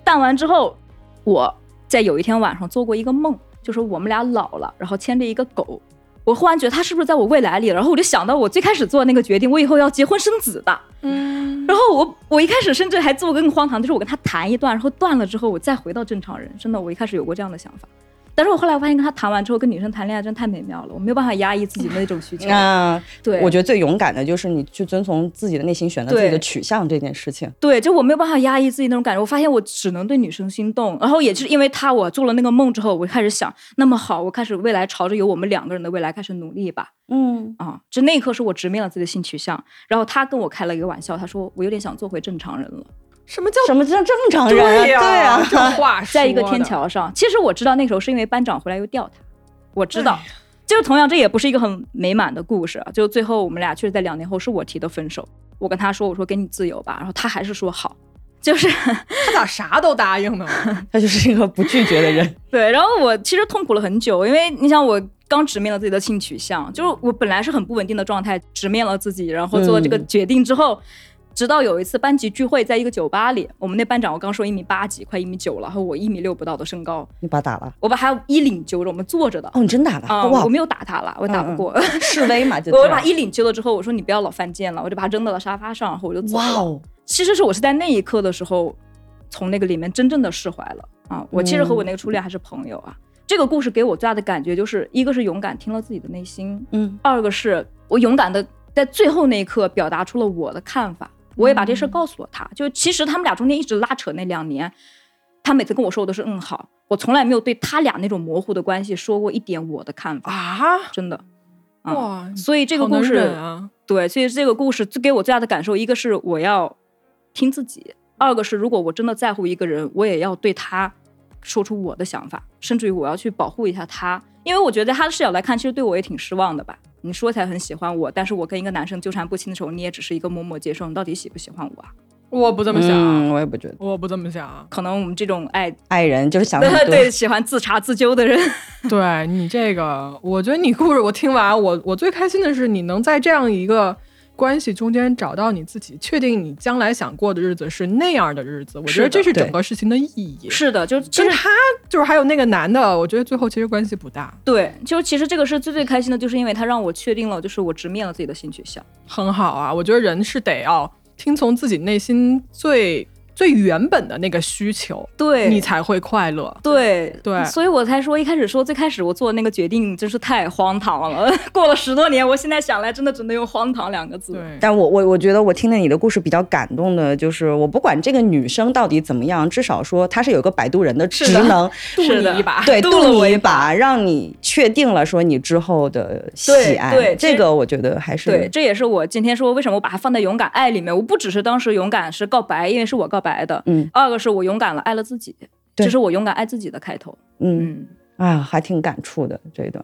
Speaker 3: 淡完之后，我在有一天晚上做过一个梦，就是我们俩老了，然后牵着一个狗。我忽然觉得他是不是在我未来里？然后我就想到我最开始做的那个决定，我以后要结婚生子的。
Speaker 1: 嗯，
Speaker 3: 然后我我一开始甚至还做过更荒唐，就是我跟他谈一段，然后断了之后我再回到正常人。真的，我一开始有过这样的想法，但是我后来我发现跟他谈完之后，跟女生谈恋爱真太美妙了，我没有办法压抑自己的那种需求。
Speaker 2: 那
Speaker 3: 对，
Speaker 2: 我觉得最勇敢的就是你去遵从自己的内心，选择自己的取向这件事情。
Speaker 3: 对，就我没有办法压抑自己那种感觉，我发现我只能对女生心动，然后也就是因为他，我做了那个梦之后，我开始想，那么好，我开始未来朝着有我们两个人的未来开始努力吧。
Speaker 2: 嗯，
Speaker 3: 啊，就那一刻是我直面了自己的性取向，然后他跟我开了一个玩笑，他说我有点想做回正常人了，
Speaker 1: 什么叫
Speaker 2: 什么叫正常人啊？对
Speaker 1: 呀、
Speaker 2: 啊，
Speaker 1: 这话说
Speaker 3: 在一个天
Speaker 1: 的，
Speaker 3: 桥上。其实我知道那时候是因为班长回来又调他，我知道，就是同样这也不是一个很美满的故事啊，就最后我们俩确实在两年后是我提的分手，我跟他说我说给你自由吧，然后他还是说好，就是
Speaker 1: 他咋啥都答应呢？
Speaker 2: 他就是一个不拒绝的人。
Speaker 3: 对，然后我其实痛苦了很久，因为你想我。刚直面了自己的性取向，就是我本来是很不稳定的状态，直面了自己，然后做了这个
Speaker 2: 嗯
Speaker 3: 决定之后，直到有一次班级聚会，在一个酒吧里，我们那班长我刚说一米八几，快一米九了，然后我一米六不到的身高，
Speaker 2: 你把他打了？
Speaker 3: 我把他衣领揪着，我们坐 着的。
Speaker 2: 哦，你真打了？
Speaker 3: 啊、
Speaker 2: 哇
Speaker 3: 我，没有打他了，我打不过。
Speaker 2: 示威嘛，就
Speaker 3: 我把衣领揪了之后，我说你不要老犯贱了，我就把他扔到了沙发上，然后我就走
Speaker 2: 哇
Speaker 3: 了。
Speaker 2: 哦，
Speaker 3: 其实是我是在那一刻的时候，从那个里面真正的释怀了啊。我其实和我那个
Speaker 1: 嗯
Speaker 3: 初恋还是朋友啊。这个故事给我最大的感觉就是，一个是勇敢听了自己的内心，
Speaker 2: 嗯，
Speaker 3: 二个是我勇敢的在最后那一刻表达出了我的看法，我也把这事儿告诉了他。
Speaker 1: 嗯
Speaker 3: 就其实他们俩中间一直拉扯那两年，他每次跟我说我都是嗯好，我从来没有对他俩那种模糊的关系说过一点我的看法，
Speaker 1: 啊，
Speaker 3: 真的。啊
Speaker 1: 哇，
Speaker 3: 所以这个
Speaker 1: 好能
Speaker 3: 故事，
Speaker 1: 忍啊，
Speaker 3: 对，所以这个故事最给我最大的感受，一个是我要听自己，二个是如果我真的在乎一个人，我也要对他说出我的想法，甚至于我要去保护一下他，因为我觉得他的视角来看，其实对我也挺失望的吧。你说起来很喜欢我，但是我跟一个男生纠缠不清的时候，你也只是一个默默接受，你到底喜不喜欢我啊？
Speaker 1: 我不这么想，
Speaker 3: 啊
Speaker 1: 啊
Speaker 2: 嗯，我也不觉得。
Speaker 1: 我不这么想。啊
Speaker 3: 可能我们这种爱
Speaker 2: 爱人就是想很 多。
Speaker 3: 对喜欢自查自纠的人，
Speaker 1: 对你这个，我觉得你故事我听完，我我最开心的是你能在这样一个关系中间找到你自己，确定你将来想过的日子是那样的日子。我觉得
Speaker 3: 是的
Speaker 1: 这是
Speaker 2: 对
Speaker 1: 整个事情的意义。
Speaker 3: 是的，就其
Speaker 1: 跟
Speaker 3: 实
Speaker 1: 他就是还有那个男的，我觉得最后其实关系不大，
Speaker 3: 对，就其实这个是最最开心的，就是因为他让我确定了，就是我直面了自己的性取向。
Speaker 1: 很好啊。我觉得人是得要听从自己内心最最原本的那个需求，
Speaker 3: 对，
Speaker 1: 你才会快乐。
Speaker 3: 对
Speaker 1: 对
Speaker 3: 所以我才说一开始说最开始我做的那个决定真是太荒唐了。 过了十多年，我现在想来真的只能用荒唐两个字。
Speaker 1: 对，
Speaker 2: 但我我我觉得我听了你的故事比较感动的，就是我不管这个女生到底怎么样，至少说她是有个摆渡人的职能，
Speaker 1: 渡
Speaker 3: 是的
Speaker 1: 你一把。
Speaker 2: 对，
Speaker 3: 渡
Speaker 2: 渡
Speaker 3: 了我
Speaker 2: 你
Speaker 3: 一
Speaker 2: 一把，让你确定了说你之后的喜
Speaker 3: 对
Speaker 2: 爱。
Speaker 3: 对
Speaker 2: 这
Speaker 3: 这
Speaker 2: 个我觉得还是
Speaker 3: 对，这也是我今天说为什么我把它放在勇敢爱里面。我不只是当时勇敢是告白，因为是我告白的。
Speaker 2: 嗯，
Speaker 3: 二个是我勇敢了爱了自己，
Speaker 2: 对
Speaker 3: 这是我勇敢爱自己的开头。
Speaker 2: 嗯
Speaker 3: 嗯，
Speaker 2: 啊，还挺感触的这一段。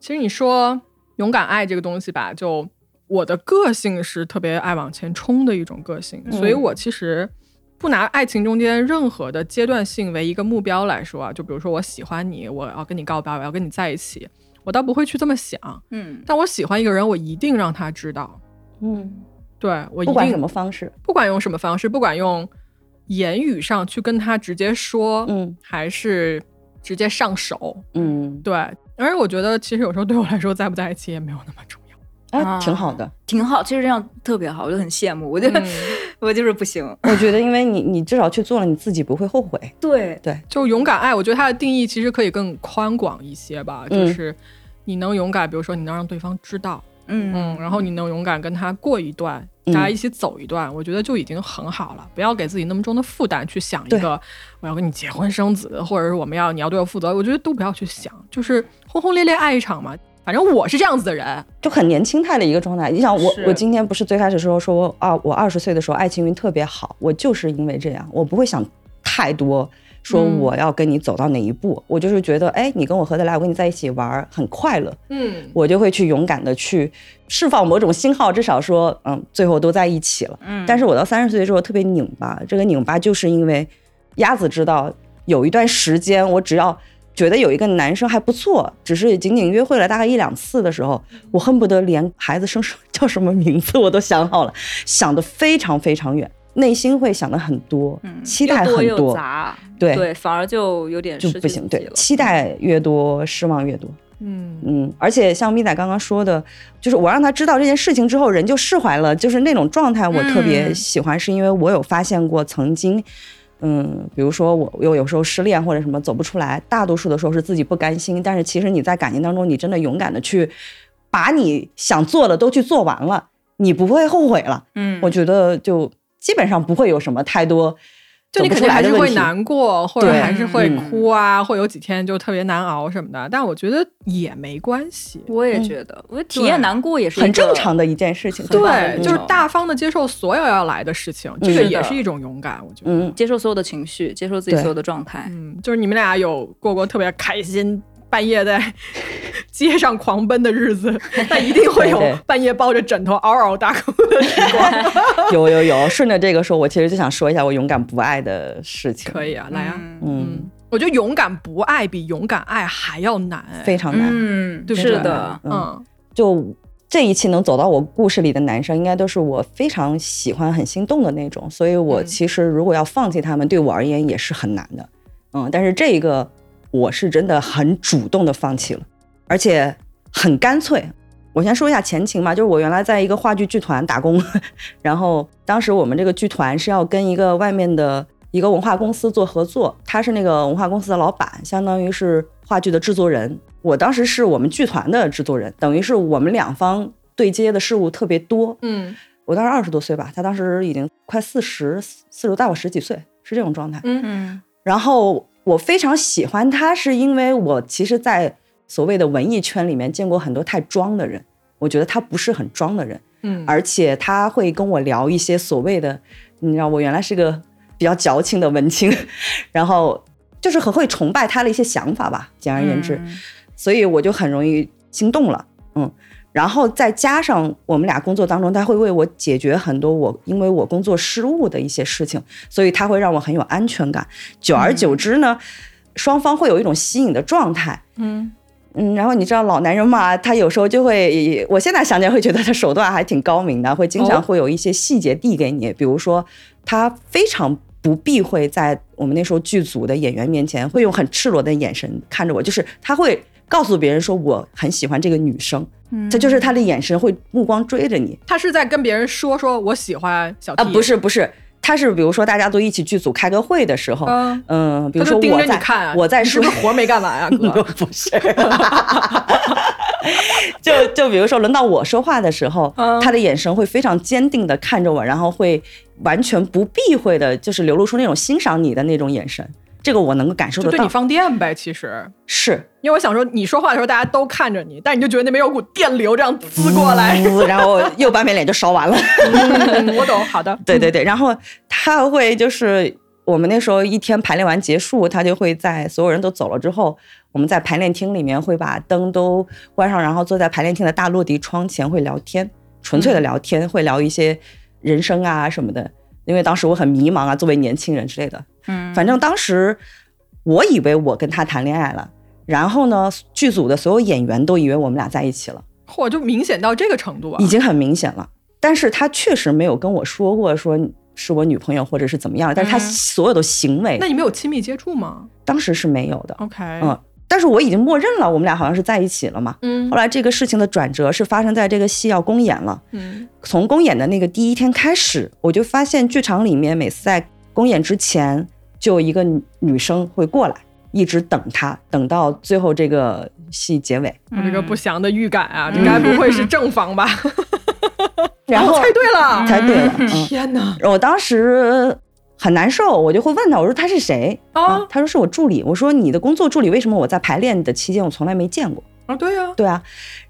Speaker 1: 其实你说勇敢爱这个东西吧，就我的个性是特别爱往前冲的一种个性，
Speaker 2: 嗯
Speaker 1: 所以我其实不拿爱情中间任何的阶段性为一个目标来说啊，就比如说我喜欢你，我要跟你告白，我要跟你在一起，我倒不会去这么想。
Speaker 3: 嗯，
Speaker 1: 但我喜欢一个人，我一定让他知道，
Speaker 2: 嗯，
Speaker 1: 对我一
Speaker 2: 不管
Speaker 1: 定
Speaker 2: 什么方式，
Speaker 1: 不管用什么方式，不管用言语上去跟他直接说，
Speaker 2: 嗯
Speaker 1: 还是直接上手，
Speaker 2: 嗯
Speaker 1: 对。而且我觉得，其实有时候对我来说，在不在一起也没有那么重要。
Speaker 2: 啊，
Speaker 3: 啊
Speaker 2: 挺好的。
Speaker 3: 挺好，其实这样特别好，我就很羡慕。我就、
Speaker 1: 嗯
Speaker 3: 我就是不行。
Speaker 2: 我觉得，因为你你至少去做了，你自己不会后悔。
Speaker 3: 对
Speaker 1: 就勇敢爱，我觉得它的定义其实可以更宽广一些吧，
Speaker 2: 嗯
Speaker 1: 就是你能勇敢，比如说你能让对方知道，嗯，然后你能勇敢跟他过一段，
Speaker 2: 嗯
Speaker 1: 大家一起走一段，我觉得就已经很好了。不要给自己那么重的负担，去想一
Speaker 2: 对
Speaker 1: 个我要跟你结婚生子，或者是我们要你要对我负责，我觉得都不要去想，就是轰轰烈烈爱一场嘛。反正我是这样子的人，
Speaker 2: 就很年轻态的一个状态。你想我，
Speaker 1: 是
Speaker 2: 我今天不是最开始说说我啊，我二十岁的时候爱情运特别好，我就是因为这样，我不会想太多，说
Speaker 1: 嗯
Speaker 2: 我要跟你走到哪一步，我就是觉得，哎，你跟我合得来，我跟你在一起玩儿很快乐，
Speaker 1: 嗯，
Speaker 2: 我就会去勇敢的去释放某种信号，至少说，嗯，最后都在一起了。
Speaker 3: 嗯，
Speaker 2: 但是我到三十岁之后特别拧巴，这个拧巴就是因为鸭子知道有一段时间，我只要觉得有一个男生还不错，只是仅仅约会了大概一两次的时候，我恨不得连孩子生什叫什么名字我都想好了，想得非常非常远，内心会想的很多，
Speaker 3: 嗯
Speaker 2: 期待
Speaker 3: 又
Speaker 2: 很
Speaker 3: 多又杂，
Speaker 2: 对
Speaker 3: 对，反而就有点
Speaker 2: 就
Speaker 3: 失去
Speaker 2: 不行，
Speaker 3: 自己
Speaker 2: 对，
Speaker 3: 了
Speaker 2: 期待越多，失望越多。
Speaker 1: 嗯，
Speaker 2: 嗯，而且像米仔刚刚说的，就是我让他知道这件事情之后，人就释怀了，就是那种状态，我特别
Speaker 3: 嗯
Speaker 2: 喜欢，是因为我有发现过曾经嗯，比如说我有有时候失恋或者什么走不出来，大多数的时候是自己不甘心，但是其实你在感情当中，你真的勇敢的去把你想做的都去做完了，你不会后悔了。
Speaker 3: 嗯
Speaker 2: 我觉得就基本上不会有什么太多
Speaker 1: 就
Speaker 2: 走
Speaker 1: 你
Speaker 2: 不
Speaker 1: 肯
Speaker 2: 出
Speaker 1: 定
Speaker 2: 来
Speaker 1: 还
Speaker 2: 的
Speaker 1: 是
Speaker 2: 问
Speaker 1: 会
Speaker 2: 题。
Speaker 1: 难过，或者
Speaker 2: 对
Speaker 1: 还是会
Speaker 2: 嗯
Speaker 1: 哭啊，会有几天就特别难熬什么的。但我觉得也没关系，
Speaker 3: 我也觉得，我觉得体验难过也是一
Speaker 2: 嗯很
Speaker 3: 个
Speaker 2: 正。常的一件事情，
Speaker 3: 很棒的
Speaker 1: 对，
Speaker 3: 那
Speaker 1: 就是
Speaker 3: 种
Speaker 1: 大方的接受所有要来的事情，这个
Speaker 3: 是
Speaker 1: 也
Speaker 3: 的
Speaker 1: 是一种勇敢，我觉得。
Speaker 2: 嗯，
Speaker 3: 接受所有的情绪，接受自己
Speaker 2: 对
Speaker 3: 所有的状态，
Speaker 1: 嗯，就是你们俩有过过特别开心，半夜在街上狂奔的日子，但一定会有
Speaker 2: 对对
Speaker 1: 半夜抱着枕头嗷嗷大哭的时光。
Speaker 2: 有有有。顺着这个说，我其实就想说一下我勇敢不爱的事情。
Speaker 1: 可以啊，来啊，
Speaker 2: 嗯，
Speaker 1: 嗯，我觉得勇敢不爱比勇敢爱还要难哎。
Speaker 2: 非常难。
Speaker 3: 嗯
Speaker 1: 对不
Speaker 3: 是
Speaker 1: 对
Speaker 3: 的，
Speaker 1: 嗯，
Speaker 2: 就这一期能走到我故事里的男生，应该都是我非常喜欢、很心动的那种。所以我
Speaker 1: 嗯
Speaker 2: 其实如果要放弃他们，对我而言也是很难的。嗯，但是这一个我是真的很主动的放弃了，而且很干脆。我先说一下前情吧，就是我原来在一个话剧剧团打工， 然后当时我们这个剧团是要跟一个外面的一个文化公司做合作，他是那个文化公司的老板，相当于是话剧的制作人。我当时是我们剧团的制作人，等于是我们两方对接的事物特别多。
Speaker 1: 嗯
Speaker 2: 我当时二十多岁吧，他当时已经快四十，四十大我十几岁，是这种状态。
Speaker 1: 嗯
Speaker 3: 嗯
Speaker 2: 然后我非常喜欢他，是因为我其实，在所谓的文艺圈里面见过很多太装的人，我觉得他不是很装的人。
Speaker 1: 嗯，
Speaker 2: 而且他会跟我聊一些所谓的，你知道，我原来是个比较矫情的文青，然后就是很会崇拜他的一些想法吧，简而言之，
Speaker 3: 嗯
Speaker 2: 所以我就很容易心动了，嗯。然后再加上我们俩工作当中，他会为我解决很多我因为我工作失误的一些事情，所以他会让我很有安全感。久
Speaker 1: 嗯
Speaker 2: 而久之呢，双方会有一种吸引的状态，
Speaker 1: 嗯
Speaker 2: 嗯，然后你知道老男人嘛，他有时候就会，我现在想起来会觉得他手段还挺高明的，会经常
Speaker 1: 哦
Speaker 2: 会有一些细节递给你，比如说他非常不避讳在我们那时候剧组的演员面前，会用很赤裸的眼神看着我，就是他会告诉别人说我很喜欢这个女生，这就是他的眼神会目光追着你，
Speaker 1: 他是在跟别人说说我喜欢小 T
Speaker 2: 啊，不，是不是，他是比如说大家都一起剧组开个会的时候，
Speaker 1: 嗯，
Speaker 2: 嗯，比
Speaker 1: 他
Speaker 2: 如说
Speaker 1: 就
Speaker 2: 我
Speaker 1: 盯着
Speaker 2: 在
Speaker 1: 你看啊，
Speaker 2: 我 在
Speaker 1: 你是
Speaker 2: 说
Speaker 1: 不是活儿没干完啊，哥？
Speaker 2: 不是，就就比如说轮到我说话的时候，
Speaker 1: 嗯
Speaker 2: 他的眼神会非常坚定的看着我，然后会完全不避讳的，就是流露出那种欣赏你的那种眼神，这个我能够感受
Speaker 1: 就
Speaker 2: 得
Speaker 1: 对你
Speaker 2: 到。
Speaker 1: 放电呗，其实。
Speaker 2: 是，
Speaker 1: 因为我想说，你说话的时候大家都看着你，但你就觉得那边有股电流这样滋过来。
Speaker 2: 呜嗯然后右半边 脸就烧完了。
Speaker 1: 嗯 我懂，好的，
Speaker 2: 对对对，然后他还会就是我们那时候一天排练完结束，他就会在所有人都走了之后，我们在排练厅里面会把灯都关上，然后坐在排练厅的大落地窗前会聊天，纯粹的聊天，会聊一些人生啊什么的。因为当时我很迷茫啊，作为年轻人之类的，
Speaker 3: 嗯
Speaker 2: 反正当时我以为我跟他谈恋爱了，然后呢，剧组的所有演员都以为我们俩在一起了。
Speaker 1: 嚯，就明显到这个程度啊！
Speaker 2: 已经很明显了。但是他确实没有跟我说过说是我女朋友或者是怎么样，但是他
Speaker 3: 嗯
Speaker 2: 所有的行为、
Speaker 1: 那哦你们有亲密接触吗
Speaker 2: 当时是没有的。
Speaker 1: ？OK，
Speaker 2: 嗯，但是我已经默认了我们俩好像是在一起了嘛。
Speaker 1: 嗯
Speaker 2: 后来这个事情的转折是发生在这个戏要公演了，
Speaker 1: 嗯
Speaker 2: 从公演的那个第一天开始，我就发现剧场里面每次在公演之前，就有一个女女生会过来，一直等他，等到最后这个戏结尾。
Speaker 1: 我这个不祥的预感啊，
Speaker 3: 嗯
Speaker 1: 这该不会是正房吧？
Speaker 2: 然
Speaker 1: 我
Speaker 2: 后
Speaker 1: 猜对了，
Speaker 2: 才对了，
Speaker 3: 嗯
Speaker 2: 嗯，
Speaker 1: 天哪！
Speaker 2: 我当时很难受，我就会问他，我说他是谁？
Speaker 1: 啊
Speaker 2: 他说是我助理。我说你的工作助理，为什么我在排练的期间我从来没见过？
Speaker 1: 啊，对呀，
Speaker 2: 对啊，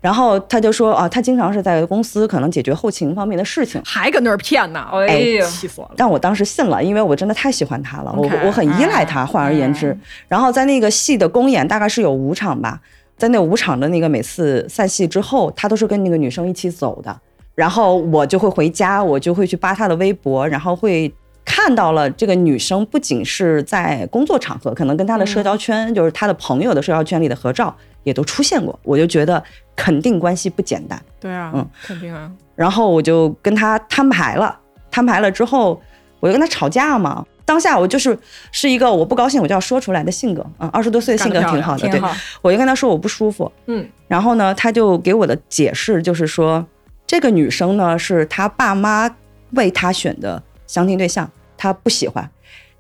Speaker 2: 然后他就说啊，他经常是在公司可能解决后勤方面的事情。
Speaker 1: 还搁那儿骗呢，
Speaker 3: 哎呦
Speaker 1: 气死我了！
Speaker 2: 但我当时信了，因为我真的太喜欢他了，我
Speaker 1: OK，
Speaker 2: 我很依赖他。
Speaker 3: 嗯
Speaker 2: 换而言之
Speaker 3: 嗯，
Speaker 2: 然后在那个戏的公演大概是有五场吧，在那五场的那个每次散戏之后，他都是跟那个女生一起走的。然后我就会回家，我就会去扒他的微博，然后会看到了这个女生不仅是在工作场合，可能跟她的社
Speaker 3: 嗯
Speaker 2: 交圈，就是她的朋友的社交圈里的合照也都出现过，我就觉得肯定关系不简单。
Speaker 1: 对啊
Speaker 2: 嗯，
Speaker 1: 肯定啊，
Speaker 2: 然后我就跟他摊牌了，摊牌了之后，我就跟他吵架嘛。当下我就是是一个我不高兴我就要说出来的性格，嗯，二十多岁的性格挺好的，
Speaker 3: 挺
Speaker 2: 对
Speaker 3: 好，
Speaker 2: 我就跟他说我不舒服，
Speaker 1: 嗯，
Speaker 2: 然后呢，他就给我的解释就是说，这个女生呢是他爸妈为他选的相亲对象，他不喜欢，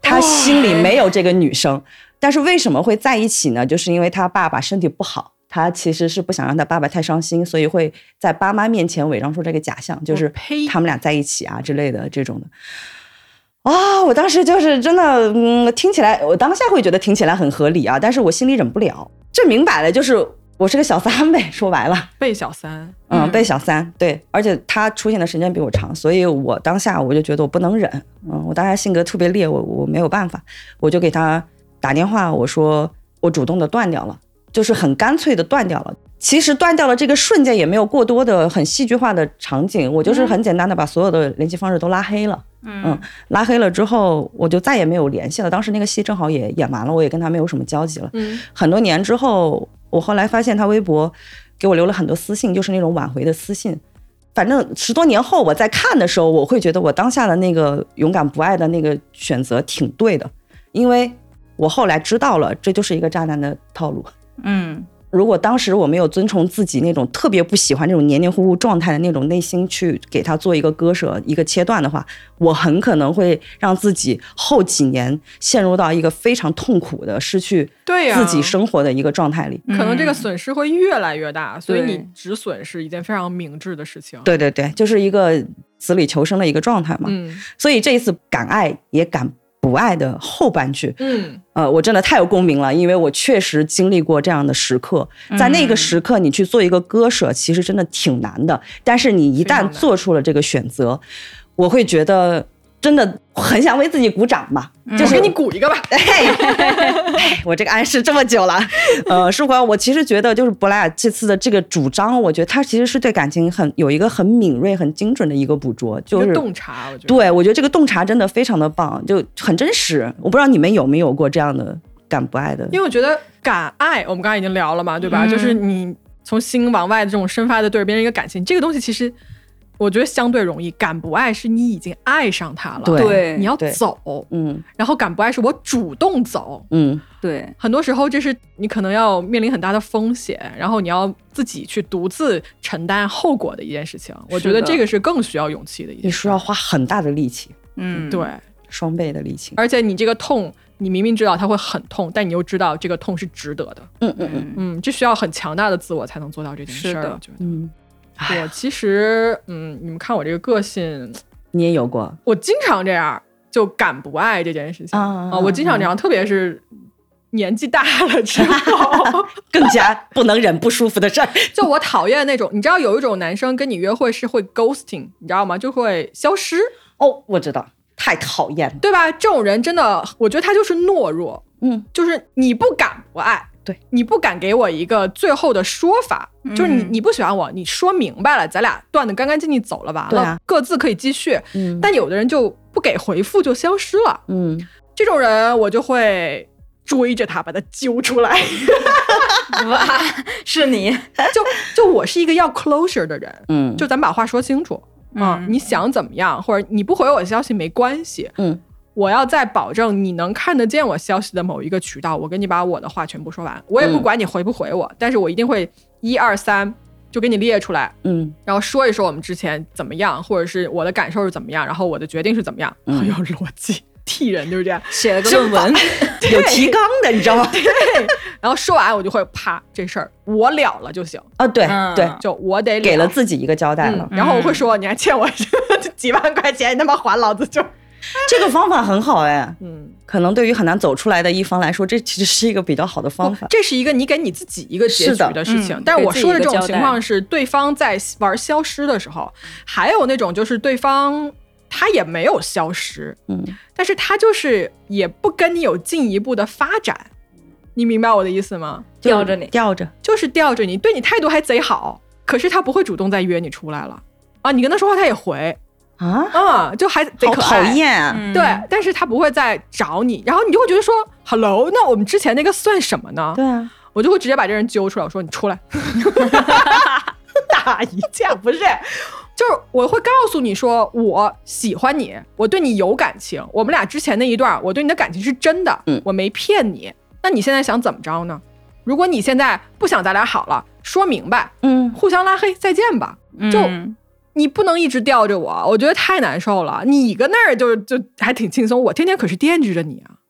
Speaker 2: 他心里没有这个女生，但是为什么会在一起呢？就是因为他爸爸身体不好，他其实是不想让他爸爸太伤心，所以会在爸妈面前伪装出这个假象，就是
Speaker 1: 呸
Speaker 2: 他们俩在一起啊之类的这种的。啊、我当时就是真的，嗯，听起来我当下会觉得听起来很合理啊，但是我心里忍不了。这明摆了，就是我是个小三呗，说白了。
Speaker 1: 被小三，
Speaker 2: 嗯，
Speaker 3: 嗯
Speaker 2: 被小三对，而且他出现的时间比我长，所以我当下我就觉得我不能忍，嗯，我当下性格特别烈，我我没有办法，我就给他打电话，我说我主动的断掉了，就是很干脆的断掉了。其实断掉了这个瞬间也没有过多的很戏剧化的场景，我就是很简单的把所有的联系方式都拉黑了，嗯，拉黑了之后我就再也没有联系了。当时那个戏正好也演完了，我也跟他没有什么交集了。
Speaker 1: 嗯，
Speaker 2: 很多年之后，我后来发现他微博给我留了很多私信，就是那种挽回的私信。反正十多年后我在看的时候，我会觉得我当下的那个勇敢不爱的那个选择挺对的，因为我后来知道了，这就是一个渣男的套路。
Speaker 3: 嗯
Speaker 2: 如果当时我没有遵从自己那种特别不喜欢这种黏黏糊糊状态的那种内心去给他做一个割舍、一个切断的话，我很可能会让自己后几年陷入到一个非常痛苦的失去
Speaker 1: 对呀
Speaker 2: 自己生活的一个状态里。
Speaker 1: 可能这个损失会越来越大，所以
Speaker 3: 对
Speaker 1: 你止损是一件非常明智的事情。，
Speaker 2: 对对对，就是一个死里求生的一个状态嘛。
Speaker 1: 嗯
Speaker 2: 所以这一次敢爱也敢不爱的后半句，
Speaker 1: 嗯，
Speaker 2: 呃，我真的太有共鸣了，因为我确实经历过这样的时刻，
Speaker 1: 嗯
Speaker 2: 在那个时刻你去做一个割舍，其实真的挺难的。但是你一
Speaker 1: 非
Speaker 2: 旦
Speaker 1: 常难
Speaker 2: 做出了这个选择，我会觉得真的很想为自己鼓掌吧，就
Speaker 1: 我
Speaker 2: 是
Speaker 1: 给你鼓一个吧。
Speaker 2: 我这个暗示这么久了， 呃，舒华，我其实觉得就是珀莱雅这次的这个主张，我觉得他其实是对感情很有一个很敏锐、很精准的一个捕捉，就
Speaker 1: 一
Speaker 2: 是
Speaker 1: 个洞察，我觉得
Speaker 2: 对我觉得这个洞察真的非常的棒，就很真实。我不知道你们有没有过这样的敢不爱的，
Speaker 1: 因为我觉得敢爱，我们刚才已经聊了嘛，对吧？
Speaker 3: 嗯
Speaker 1: 就是你从心往外的这种深发的对别人一个感情，这个东西其实我觉得相对容易。敢不爱是你已经爱上他了，
Speaker 2: 对
Speaker 3: 对
Speaker 1: 你要
Speaker 2: 对
Speaker 1: 走，
Speaker 2: 嗯
Speaker 1: 然后敢不爱是我主动走。
Speaker 2: 嗯，
Speaker 3: 对
Speaker 1: 很多时候，这是你可能要面临很大的风险，然后你要自己去独自承担后果的一件事情。我觉得
Speaker 3: 是的
Speaker 1: 这个是更需要勇气的一
Speaker 2: 你
Speaker 1: 件
Speaker 2: 是
Speaker 1: 事。
Speaker 2: 要花很大的力气，
Speaker 3: 嗯
Speaker 1: 对，
Speaker 2: 双倍的力气。
Speaker 1: 而且你这个痛，你明明知道它会很痛，但你又知道这个痛是值得的。
Speaker 2: 嗯嗯嗯
Speaker 3: 嗯
Speaker 1: 嗯，这需要很强大的自我才能做到这件事
Speaker 3: 是
Speaker 1: 儿。
Speaker 3: 的
Speaker 1: 我觉得，
Speaker 2: 嗯，
Speaker 1: 我其实，嗯，你们看我这个个性，
Speaker 2: 你也有过，
Speaker 1: 我经常这样，就敢不爱这件事情哦
Speaker 2: 啊
Speaker 1: 我经常这样，特别是年纪大了之 后，
Speaker 2: 更加不能忍不舒服的事儿。
Speaker 1: 就我讨厌那种，你知道有一种男生跟你约会是会 ghosting，你知道吗？就会消失，
Speaker 2: 哦，我知道，太讨厌了。
Speaker 1: 对吧？这种人真的，我觉得他就是懦弱，
Speaker 2: 嗯，
Speaker 1: 就是你不敢不爱，
Speaker 2: 对
Speaker 1: 你不敢给我一个最后的说法，就是你
Speaker 3: 嗯
Speaker 1: 你不喜欢我，你说明白了，咱俩断的干干净净走了完
Speaker 2: 对
Speaker 1: 了，
Speaker 2: 啊
Speaker 1: 各自可以继续。
Speaker 2: 嗯
Speaker 1: 但有的人就不给回复就消失了，
Speaker 2: 嗯，
Speaker 1: 这种人我就会追着他把他揪出 来。
Speaker 3: 嗯哇，是你，
Speaker 1: 就就我是一个要 closure 的人，
Speaker 2: 嗯
Speaker 1: 就咱把话说清楚。啊
Speaker 3: 嗯
Speaker 1: 你想怎么样，或者你不回我消息没关系，
Speaker 2: 嗯，
Speaker 1: 我要在保证你能看得见我消息的某一个渠道，我跟你把我的话全部说完，我也不
Speaker 2: 嗯
Speaker 1: 管你回不回我，但是我一定会一二三就给你列出来，
Speaker 2: 嗯，
Speaker 1: 然后说一说我们之前怎么样，或者是我的感受是怎么样，然后我的决定是怎么样，
Speaker 2: 嗯
Speaker 1: 很有逻辑，替人就是这样。
Speaker 3: 写了个论文，
Speaker 2: 有提纲的，你知道吗？
Speaker 1: 然后说完我就会啪，这事儿我了了就行，
Speaker 2: 啊，对
Speaker 3: 嗯
Speaker 2: 对，
Speaker 1: 就我得
Speaker 2: 给了
Speaker 1: 己。
Speaker 2: 自己一个交代了
Speaker 1: 嗯。，然后我会说，你还欠我 几万块钱，你他妈还老子就，
Speaker 2: 这个方法很好哎，
Speaker 1: 嗯，
Speaker 2: 可能对于很难走出来的一方来说，这其实是一个比较好的方法。
Speaker 1: 这是一个你给你自己一个结
Speaker 2: 是
Speaker 1: 局
Speaker 2: 的
Speaker 1: 的事情。
Speaker 3: 嗯
Speaker 1: 但是我说的这
Speaker 3: 给自己
Speaker 1: 种
Speaker 3: 一个交代
Speaker 1: 情况是，对方在玩消失的时候，还有那种就是对方他也没有消失，
Speaker 2: 嗯，
Speaker 1: 但是他就是也不跟你有进一步的发展，你明白我的意思吗？
Speaker 3: 吊着你，
Speaker 2: 吊着，
Speaker 1: 就是吊着你，对你态度还贼好，可是他不会主动再约你出来了啊！你跟他说话他也回，
Speaker 2: 啊，
Speaker 1: 啊，就还贼
Speaker 2: 好
Speaker 1: 可
Speaker 2: 讨
Speaker 1: 爱。
Speaker 2: 厌啊！
Speaker 3: 嗯
Speaker 1: 对，但是他不会再找你，然后你就会觉得说，Hello，那我们之前那个算什么呢？
Speaker 2: 对啊，
Speaker 1: 我就会直接把这人揪出来，我说你出来，打一架不是？ 就是我会告诉你说，我喜欢你，我对你有感情，我们俩之前那一段，我对你的感情是真的，
Speaker 2: 嗯
Speaker 1: 我没骗你。那你现在想怎么着呢？如果你现在不想咱俩好了，说明白，
Speaker 2: 嗯
Speaker 1: 互相拉黑，再见吧。就
Speaker 3: 嗯
Speaker 1: 你不能一直吊着我，我觉得太难受了。你搁那儿就就还挺轻松，我天天可是惦记着你啊，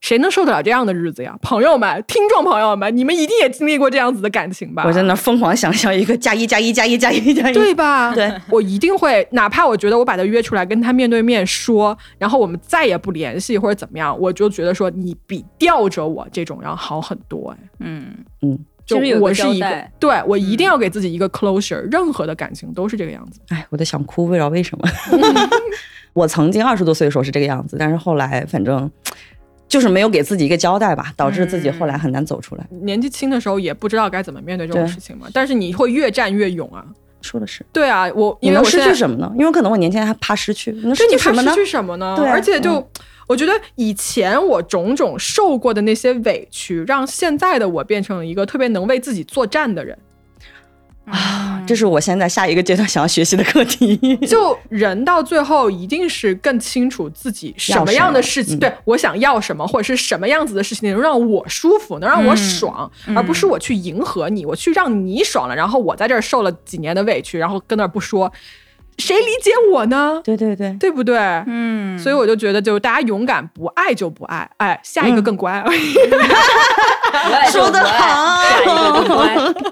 Speaker 1: 谁能受得了这样的日子呀？朋友们，听众朋友们，你们一定也经历过这样子的感情吧？
Speaker 2: 我在那疯狂想象一个加一加一加一加一加一，
Speaker 1: 对吧？
Speaker 2: 对，
Speaker 1: 我一定会，哪怕我觉得我把他约出来跟他面对面说，然后我们再也不联系或者怎么样，我就觉得说你比吊着我这种要好很多、哎，
Speaker 3: 嗯
Speaker 2: 嗯，
Speaker 1: 就
Speaker 3: 其实有
Speaker 1: 我
Speaker 3: 个
Speaker 1: 是
Speaker 3: 交
Speaker 1: 一个
Speaker 3: 代，嗯
Speaker 1: 对我一定要给自己一个 closure，、任何的感情都是这个样子。
Speaker 2: 哎，我都想哭，不知道 为什么。我曾经二十多岁的时候是这个样子，但是后来反正就是没有给自己一个交代吧，导致自己后
Speaker 1: 嗯
Speaker 2: 来很难走出来。
Speaker 1: 年纪轻的时候也不知道该怎么面对这种
Speaker 2: 对
Speaker 1: 事情嘛，但是你会越战越勇啊。
Speaker 2: 说的是，
Speaker 1: 对啊，我
Speaker 2: 你
Speaker 1: 因为
Speaker 2: 能
Speaker 1: 我
Speaker 2: 失
Speaker 1: 现
Speaker 2: 去
Speaker 1: 在
Speaker 2: 什么呢？因为可能我年轻还怕失去，你能失
Speaker 1: 对你
Speaker 2: 去
Speaker 1: 怕
Speaker 2: 什么呢
Speaker 1: 失？去什么呢？
Speaker 2: 对啊嗯
Speaker 1: 而且就、我觉得以前我种种受过的那些委屈，让现在的我变成了一个特别能为自己作战的人。
Speaker 3: 啊
Speaker 2: 这是我现在下一个阶段想要学习的课题。
Speaker 1: 就人到最后一定是更清楚自己什么样的事情，
Speaker 2: 要什么嗯
Speaker 1: 对我想要什么，或者是什么样子的事情能让我舒服，能让我爽，
Speaker 2: 嗯
Speaker 1: 而不是我去迎合你，我去让你爽了，然后我在这儿受了几年的委屈，然后跟那儿不说，谁理解我呢？
Speaker 2: 对对对，
Speaker 1: 对不对？
Speaker 3: 嗯，
Speaker 1: 所以我就觉得，就大家勇敢，不爱就不爱，哎，下一个更 乖。
Speaker 3: 以
Speaker 2: 说得好
Speaker 3: 下一个更乖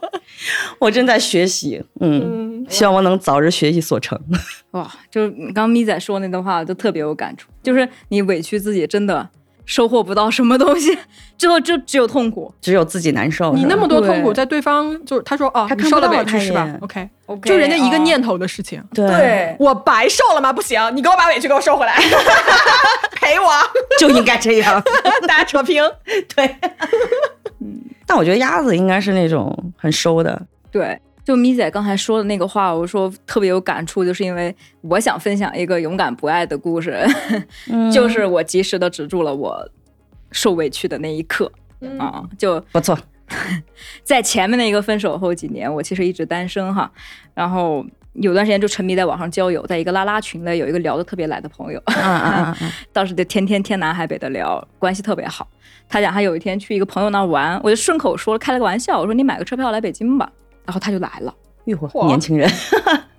Speaker 2: 我正在学习，嗯，
Speaker 1: 嗯，
Speaker 2: 希望我能早日学习所成。
Speaker 3: 哇，就是你刚刚咪仔说那段话，我就特别有感触。就是你委屈自己，真的收获不到什么东西，之后就只有痛苦。
Speaker 2: 只有自己难受。
Speaker 1: 你
Speaker 2: 是吧
Speaker 1: 那么多痛苦，
Speaker 3: 对
Speaker 1: 在对方就是他说哦，
Speaker 2: 他
Speaker 1: 你
Speaker 2: 看
Speaker 1: 受
Speaker 2: 不
Speaker 1: 了
Speaker 2: 到
Speaker 1: 委
Speaker 2: 他
Speaker 1: 屈是吧
Speaker 2: 也
Speaker 1: ？OK，
Speaker 3: OK，
Speaker 1: 就人家一个
Speaker 3: 哦
Speaker 1: 念头的事情，
Speaker 2: 对，
Speaker 3: 对
Speaker 1: 我白受了吗？不行，你给我把委屈给我收回来， 赔我，
Speaker 2: 就应该这样。
Speaker 1: 大家扯平。
Speaker 2: 对，但我觉得鸭子应该是那种很收的，
Speaker 3: 对，就咪仔刚才说的那个话，我说特别有感触，就是因为我想分享一个勇敢不爱的故事， 就是我及时的止住了我受委屈的那一刻
Speaker 1: 嗯
Speaker 3: 啊、就
Speaker 2: 不错。
Speaker 3: 在前面的一个分手后几年，我其实一直单身哈，然后有段时间就沉迷在网上交友，在一个拉拉群里有一个聊得特别来的朋友，
Speaker 2: 嗯嗯嗯嗯，
Speaker 3: 当时就天天天南海北的聊，关系特别好。他讲他有一天去一个朋友那儿玩，我就顺口说了开了个玩笑，我说你买个车票来北京吧，然后他就来了。
Speaker 2: 一会
Speaker 1: 嚯
Speaker 2: 儿年轻人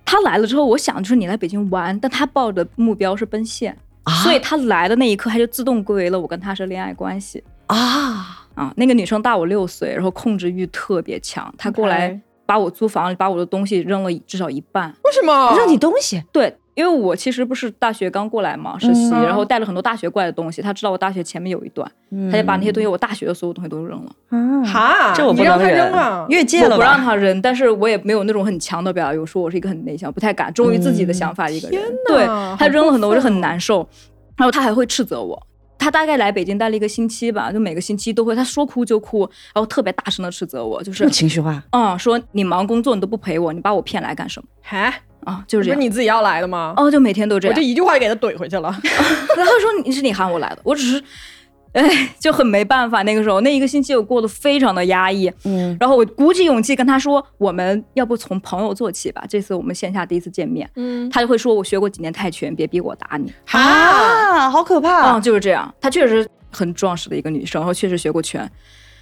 Speaker 3: 他来了之后，我想就是你来北京玩，但他抱的目标是奔现，所以他来的那一刻，他就自动归为了我跟他是恋爱关系
Speaker 2: 啊，
Speaker 3: 啊。那个女生大我六岁，然后控制欲特别强，她过来
Speaker 1: OK
Speaker 3: 把我租房，把我的东西扔了至少一半。
Speaker 1: 为什么
Speaker 3: 哦
Speaker 2: 让你东西
Speaker 3: 对，因为我其实不是大学刚过来嘛，实习，
Speaker 2: 嗯
Speaker 3: 然后带了很多大学过来的东西。他知道我大学前面有一段，他就把那些东
Speaker 1: 嗯
Speaker 3: 西，我大学的所有东西都扔了。
Speaker 2: 啊，
Speaker 1: 哈？
Speaker 2: 这我
Speaker 1: 你
Speaker 2: 不
Speaker 1: 让
Speaker 2: 能
Speaker 1: 他
Speaker 2: 忍
Speaker 1: 扔嗯了，，
Speaker 2: 越界
Speaker 3: 我
Speaker 2: 了
Speaker 3: 不让
Speaker 2: 吧？
Speaker 3: 他扔，但是我也没有那种很强的表达欲，我说我是一个很内向、不太敢忠于自己的想法的一个
Speaker 1: 嗯
Speaker 3: 人。
Speaker 1: 天
Speaker 3: 对
Speaker 1: 哪
Speaker 3: 他
Speaker 1: 好
Speaker 3: 扔了很多，
Speaker 1: 过
Speaker 3: 我就
Speaker 1: 分
Speaker 3: 很难受。然后他还会斥责我。他大概来北京待了一个星期吧，就每个星期都会，他说哭就哭，然后特别大声的斥责我，就
Speaker 2: 这
Speaker 3: 是
Speaker 2: 么情绪化，
Speaker 3: 嗯，说你忙工作你都不陪我，你把我骗来干什么
Speaker 2: 哎
Speaker 1: 还
Speaker 3: 啊？就
Speaker 1: 不
Speaker 3: 是这
Speaker 1: 是
Speaker 3: 样。
Speaker 1: 你自己要来的吗？
Speaker 3: 哦，就每天都这
Speaker 1: 我
Speaker 3: 样
Speaker 1: 这。一句话就给他怼回去了。
Speaker 3: 然后他说你是你喊我来的，我只是， 哎，就很没办法。那个时候那一个星期我过得非常的压抑，
Speaker 2: 嗯，
Speaker 3: 然后我鼓起勇气跟他说，我们要不从朋友做起吧？这次我们线下第一次见面，
Speaker 1: 嗯，
Speaker 3: 他就会说我学过几年泰拳，别逼我打你。
Speaker 1: 哈，，
Speaker 2: 啊好可
Speaker 3: 嗯，
Speaker 2: 怕，
Speaker 3: 就是这样。她确实很壮实的一个女生，然后确实学过拳，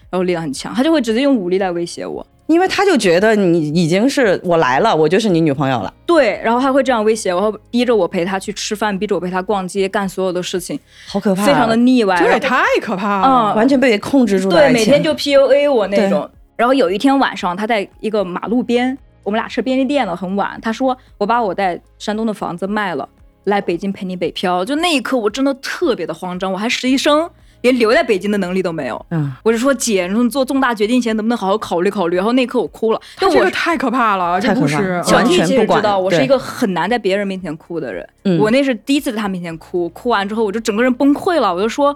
Speaker 3: 然后力量很强，她就会直接用武力来威胁我。
Speaker 2: 因为他就觉得你已经是我来了，我就是你女朋友了，
Speaker 3: 对，然后还会这样威胁我，然后逼着我陪她去吃饭，逼着我陪她逛街，干所有的事情，
Speaker 2: 好可怕，
Speaker 3: 非常的腻歪。
Speaker 1: 这也
Speaker 3: 然后
Speaker 1: 太可怕了。
Speaker 3: 嗯
Speaker 2: 完全被控制住了
Speaker 3: 对，
Speaker 2: 爱情，
Speaker 3: 每天就 PUA 我那种。然后有一天晚上，他在一个马路边，我们俩吃便利店了，很晚。他说：“我把我在山东的房子卖了，来北京陪你北漂。”就那一刻，我真的特别的慌张，我还实习生，连留在北京的能力都没有。
Speaker 2: 嗯，
Speaker 3: 我就说：“姐，你说你做重大决定前能不能好好考虑考虑？”然后那一刻我哭了，
Speaker 1: 他
Speaker 3: 就
Speaker 1: 这
Speaker 3: 我
Speaker 1: 个太可怕了，这
Speaker 2: 太可
Speaker 1: 故
Speaker 2: 怕
Speaker 1: 事嗯
Speaker 2: 了
Speaker 3: 小
Speaker 2: 完
Speaker 3: T
Speaker 2: 全
Speaker 3: 其
Speaker 2: 不
Speaker 3: 实
Speaker 2: 管
Speaker 3: 知道我是
Speaker 2: 对
Speaker 3: 一个很难在别人面前哭的人，
Speaker 2: 嗯
Speaker 3: 我那是第一次在他面前哭，哭完之后我就整个人崩溃了，我就说，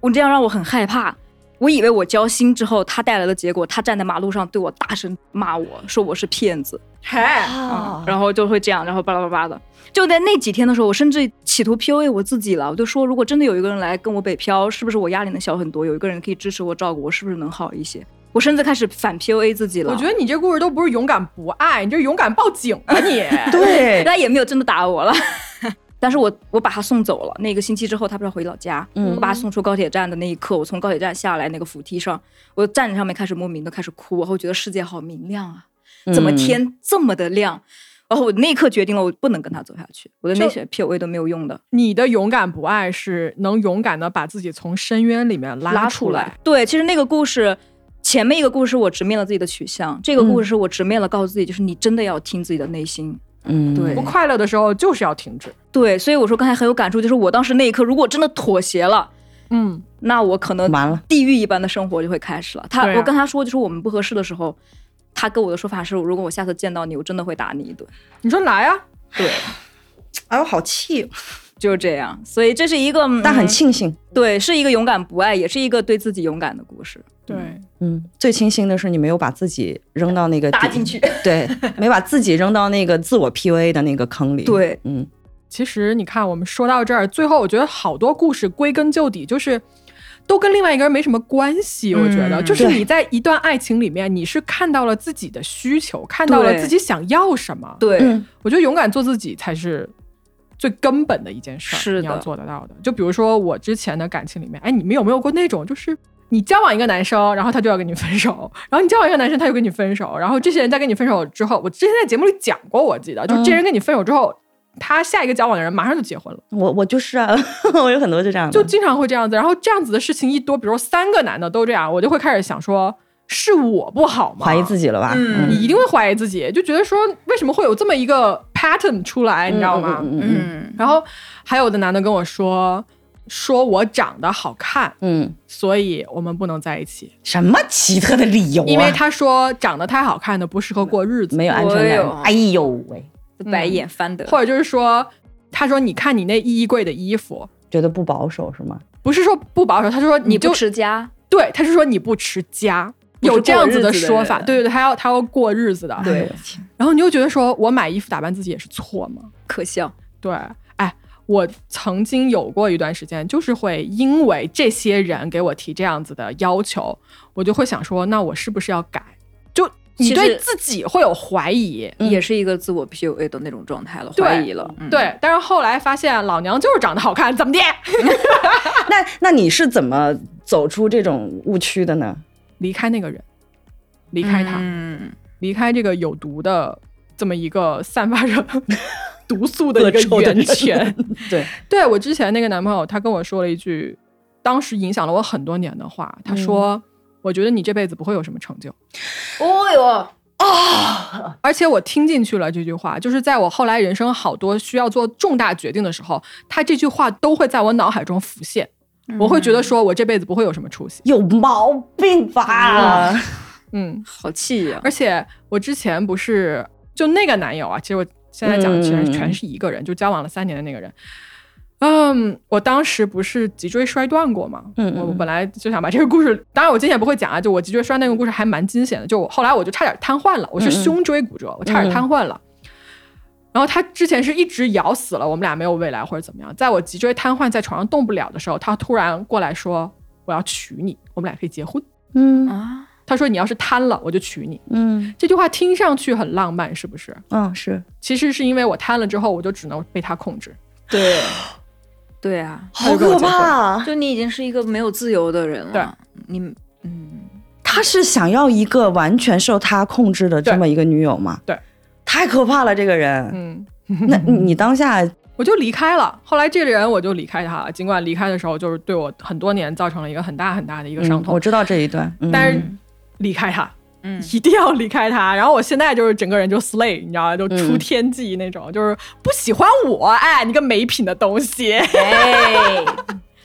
Speaker 3: 我这样让我很害怕。我以为我交心之后，他带来的结果，他站在马路上对我大声骂我，说我是骗子，
Speaker 1: 嗨，
Speaker 2: 哦
Speaker 3: 啊，然后就会这样，然后巴拉巴拉的。就在那几天的时候，我甚至企图 PUA 我自己了，我就说，如果真的有一个人来跟我北漂，是不是我压力能小很多？有一个人可以支持我、照顾我，是不是能好一些？我甚至开始反 PUA 自己了。
Speaker 1: 我觉得你这故事都不是勇敢不爱，你这是勇敢报警啊 你！
Speaker 2: 对，
Speaker 3: 他也没有真的打我了。 但是我我把他送走了。那个星期之后，他不是回老家，
Speaker 2: 嗯
Speaker 3: 我把他送出高铁站的那一刻，我从高铁站下来，那个扶梯上，我站在
Speaker 1: 嗯
Speaker 2: 嗯
Speaker 3: 上面开始莫名的开始哭，然后觉得世界好明亮啊，怎么天这么的亮？然后我那一刻决定了，我不能跟他走下去，我的那
Speaker 1: 就
Speaker 3: 些 PUA 都没有用的，
Speaker 1: 你的勇敢不爱是能勇敢的把自己从深渊里面
Speaker 3: 拉
Speaker 1: 出来。。
Speaker 3: 对，其实那个故事。前面一个故事我直面了自己的取向，这个故
Speaker 1: 嗯
Speaker 3: 事我直面了告诉自己，就是你真的要听自己的内心。
Speaker 2: 嗯
Speaker 3: 对
Speaker 1: 不快乐的时候就是要停止。
Speaker 3: 对，所以我说刚才很有感触，就是我当时那一刻，如果真的妥协了，
Speaker 1: 嗯，
Speaker 3: 那我可能
Speaker 2: 完了，
Speaker 3: 地狱一般的生活就会开始了。他，
Speaker 1: 对啊
Speaker 3: 我跟他说，就是我们不合适的时候，他跟我的说法是，如果我下次见到你，我真的会打你一顿。
Speaker 1: 你说来啊，
Speaker 3: 对，
Speaker 2: 哎呦，好气
Speaker 1: 嗯
Speaker 2: 哦，
Speaker 3: 就是这样。所以这是一个，嗯
Speaker 2: 但很庆幸，
Speaker 3: 对，是一个勇敢不爱，也是一个对自己勇敢的故事。
Speaker 1: 对，
Speaker 2: 嗯，最庆幸的是你没有把自己扔到那个
Speaker 3: 搭
Speaker 2: 底
Speaker 3: 进去，
Speaker 2: 对，没把自己扔到那个自我 PUA 的那个坑里。
Speaker 3: 对，
Speaker 2: 嗯，
Speaker 1: 其实你看，我们说到这儿，最后我觉得好多故事归根究底就是。都跟另外一个人没什么关系，我觉得、
Speaker 3: 嗯
Speaker 1: 就是
Speaker 2: 对
Speaker 1: 你在一段爱情里面，你是看到了自己的需求，看到了
Speaker 3: 对
Speaker 1: 自己想要什么。
Speaker 3: 对，
Speaker 2: 嗯
Speaker 1: 我觉得勇敢做自己才是最根本的一件事儿，
Speaker 3: 是的
Speaker 1: 你要做得到的。就比如说我之前的感情里面，哎，你们有没有过那种就是？你交往一个男生，然后他就要跟你分手， 然后你交往一个男生，他又跟你分手，然后这些人在跟你分手之后，我之前在节目里讲过，我记得，
Speaker 2: 嗯
Speaker 1: 就这些人跟你分手之后，他下一个交往的人马上就结婚了，
Speaker 2: 我我就是啊， 我有很多就这样的，
Speaker 1: 就经常会这样子。然后这样子的事情一多，比如说三个男的都这样，我就会开始想说，是我不好吗？
Speaker 2: 怀疑自己了吧？
Speaker 3: 嗯
Speaker 1: 你一定会怀疑自己，就觉得说为什么会有这么一个 pattern 出来，你知道吗？
Speaker 2: 嗯嗯
Speaker 3: 嗯，
Speaker 1: 然后还有的男的跟我说，说我长得好看，
Speaker 2: 嗯，
Speaker 1: 所以我们不能在一起，
Speaker 2: 什么奇特的理由啊？
Speaker 1: 因为他说长得太好看的不适合过日子，
Speaker 2: 没有安全
Speaker 3: 哎
Speaker 2: 感
Speaker 3: 呦。
Speaker 2: 哎呦喂，
Speaker 1: 嗯
Speaker 3: 白眼翻得，
Speaker 1: 或者就是说，他说你看你那衣柜的衣服。
Speaker 2: 觉得不保守是吗？
Speaker 1: 不是说不保守，他说
Speaker 3: 你
Speaker 1: 就
Speaker 3: 不持家，
Speaker 1: 对，他是说你不持家，
Speaker 3: 不是
Speaker 1: 有这样子
Speaker 3: 过日子的
Speaker 1: 说法，
Speaker 3: 人
Speaker 1: 对对对，他要他要过日子的，
Speaker 3: 对，
Speaker 1: 然后你就觉得说我买衣服打扮自己也是错吗？
Speaker 3: 可笑。
Speaker 1: 对，哎，我曾经有过一段时间，就是会因为这些人给我提这样子的要求，我就会想说，那我是不是要改？就你
Speaker 3: 其
Speaker 1: 对
Speaker 3: 实
Speaker 1: 自己会有怀疑。
Speaker 2: 嗯
Speaker 3: 也是一个自我 PUA 的那种状态了，
Speaker 1: 对
Speaker 3: 怀疑了。嗯，
Speaker 1: 对，但是后来发现老娘就是长得好看，怎么的？
Speaker 2: 那那你是怎么走出这种误区的呢？
Speaker 1: 离开那个人，离开他，
Speaker 3: 嗯，
Speaker 1: 离开这个有毒的这么一个散发着 毒素的一
Speaker 2: 恶臭
Speaker 1: 个
Speaker 2: 的
Speaker 1: 源
Speaker 2: 人
Speaker 1: 泉。
Speaker 2: 对，
Speaker 1: 对我之前那个男朋友，他跟我说了一句，当时影响了我很多年的话。他说：“我觉得你这辈子不会有什么成就。
Speaker 3: 哦哟，”
Speaker 1: 而且我听进去了这句话，就是在我后来人生好多需要做重大决定的时候，他这句话都会在我脑海中浮现。
Speaker 3: 嗯
Speaker 1: 我会觉得说，我这辈子不会有什么出息。
Speaker 2: 有毛病吧？
Speaker 1: 嗯，
Speaker 3: 好气呀、
Speaker 1: 而且我之前不是就那个男友啊，其实我现在讲的其实
Speaker 2: 嗯
Speaker 1: 全是一个人，就交往了三年的那个人。嗯，我当时不是脊椎摔断过嘛，
Speaker 2: 嗯嗯
Speaker 1: 我
Speaker 2: 嗯
Speaker 1: 本来就想把这个故事，当然我今天也不会讲啊，就我脊椎摔那个故事还蛮惊险的，就我后来我就差点瘫痪了，我是
Speaker 2: 嗯嗯
Speaker 1: 胸椎骨折，我差点瘫痪了。然后他之前是一直咬死了，我们俩没有未来或者怎么样，在我脊椎瘫痪在床上动不了的时候，他突然过来说我要娶你，我们俩可以结婚。
Speaker 2: 嗯
Speaker 3: 啊，
Speaker 1: 他说你要是瘫了，我就娶你。
Speaker 2: 嗯
Speaker 1: 这句话听上去很浪漫，是不是？
Speaker 2: 嗯，是
Speaker 1: 其实是因为我瘫了之后，我就只能被他控制。
Speaker 3: 对，对啊，
Speaker 1: 好可怕
Speaker 2: 啊！
Speaker 3: 就你已经是一个没有自由的人了，你嗯，
Speaker 2: 他是想要一个完全受他控制的这么一个女友吗？
Speaker 1: 对，
Speaker 2: 太可怕了，这 个人。
Speaker 1: 嗯，
Speaker 2: 那你你当下
Speaker 1: 我就离开了。后来这个人我就离开他了，尽管离开的时候就是对我很多年造成了一个很大很大的一个伤
Speaker 2: 嗯我
Speaker 1: 痛，
Speaker 2: 知道这一段，嗯
Speaker 1: 但是离开他。
Speaker 3: 嗯
Speaker 1: 一定要离开他，然后我现在就是整个人就 slay，你知道吗？就出天际那种，就是不喜欢我，哎，你个没品的东西。
Speaker 3: 哎，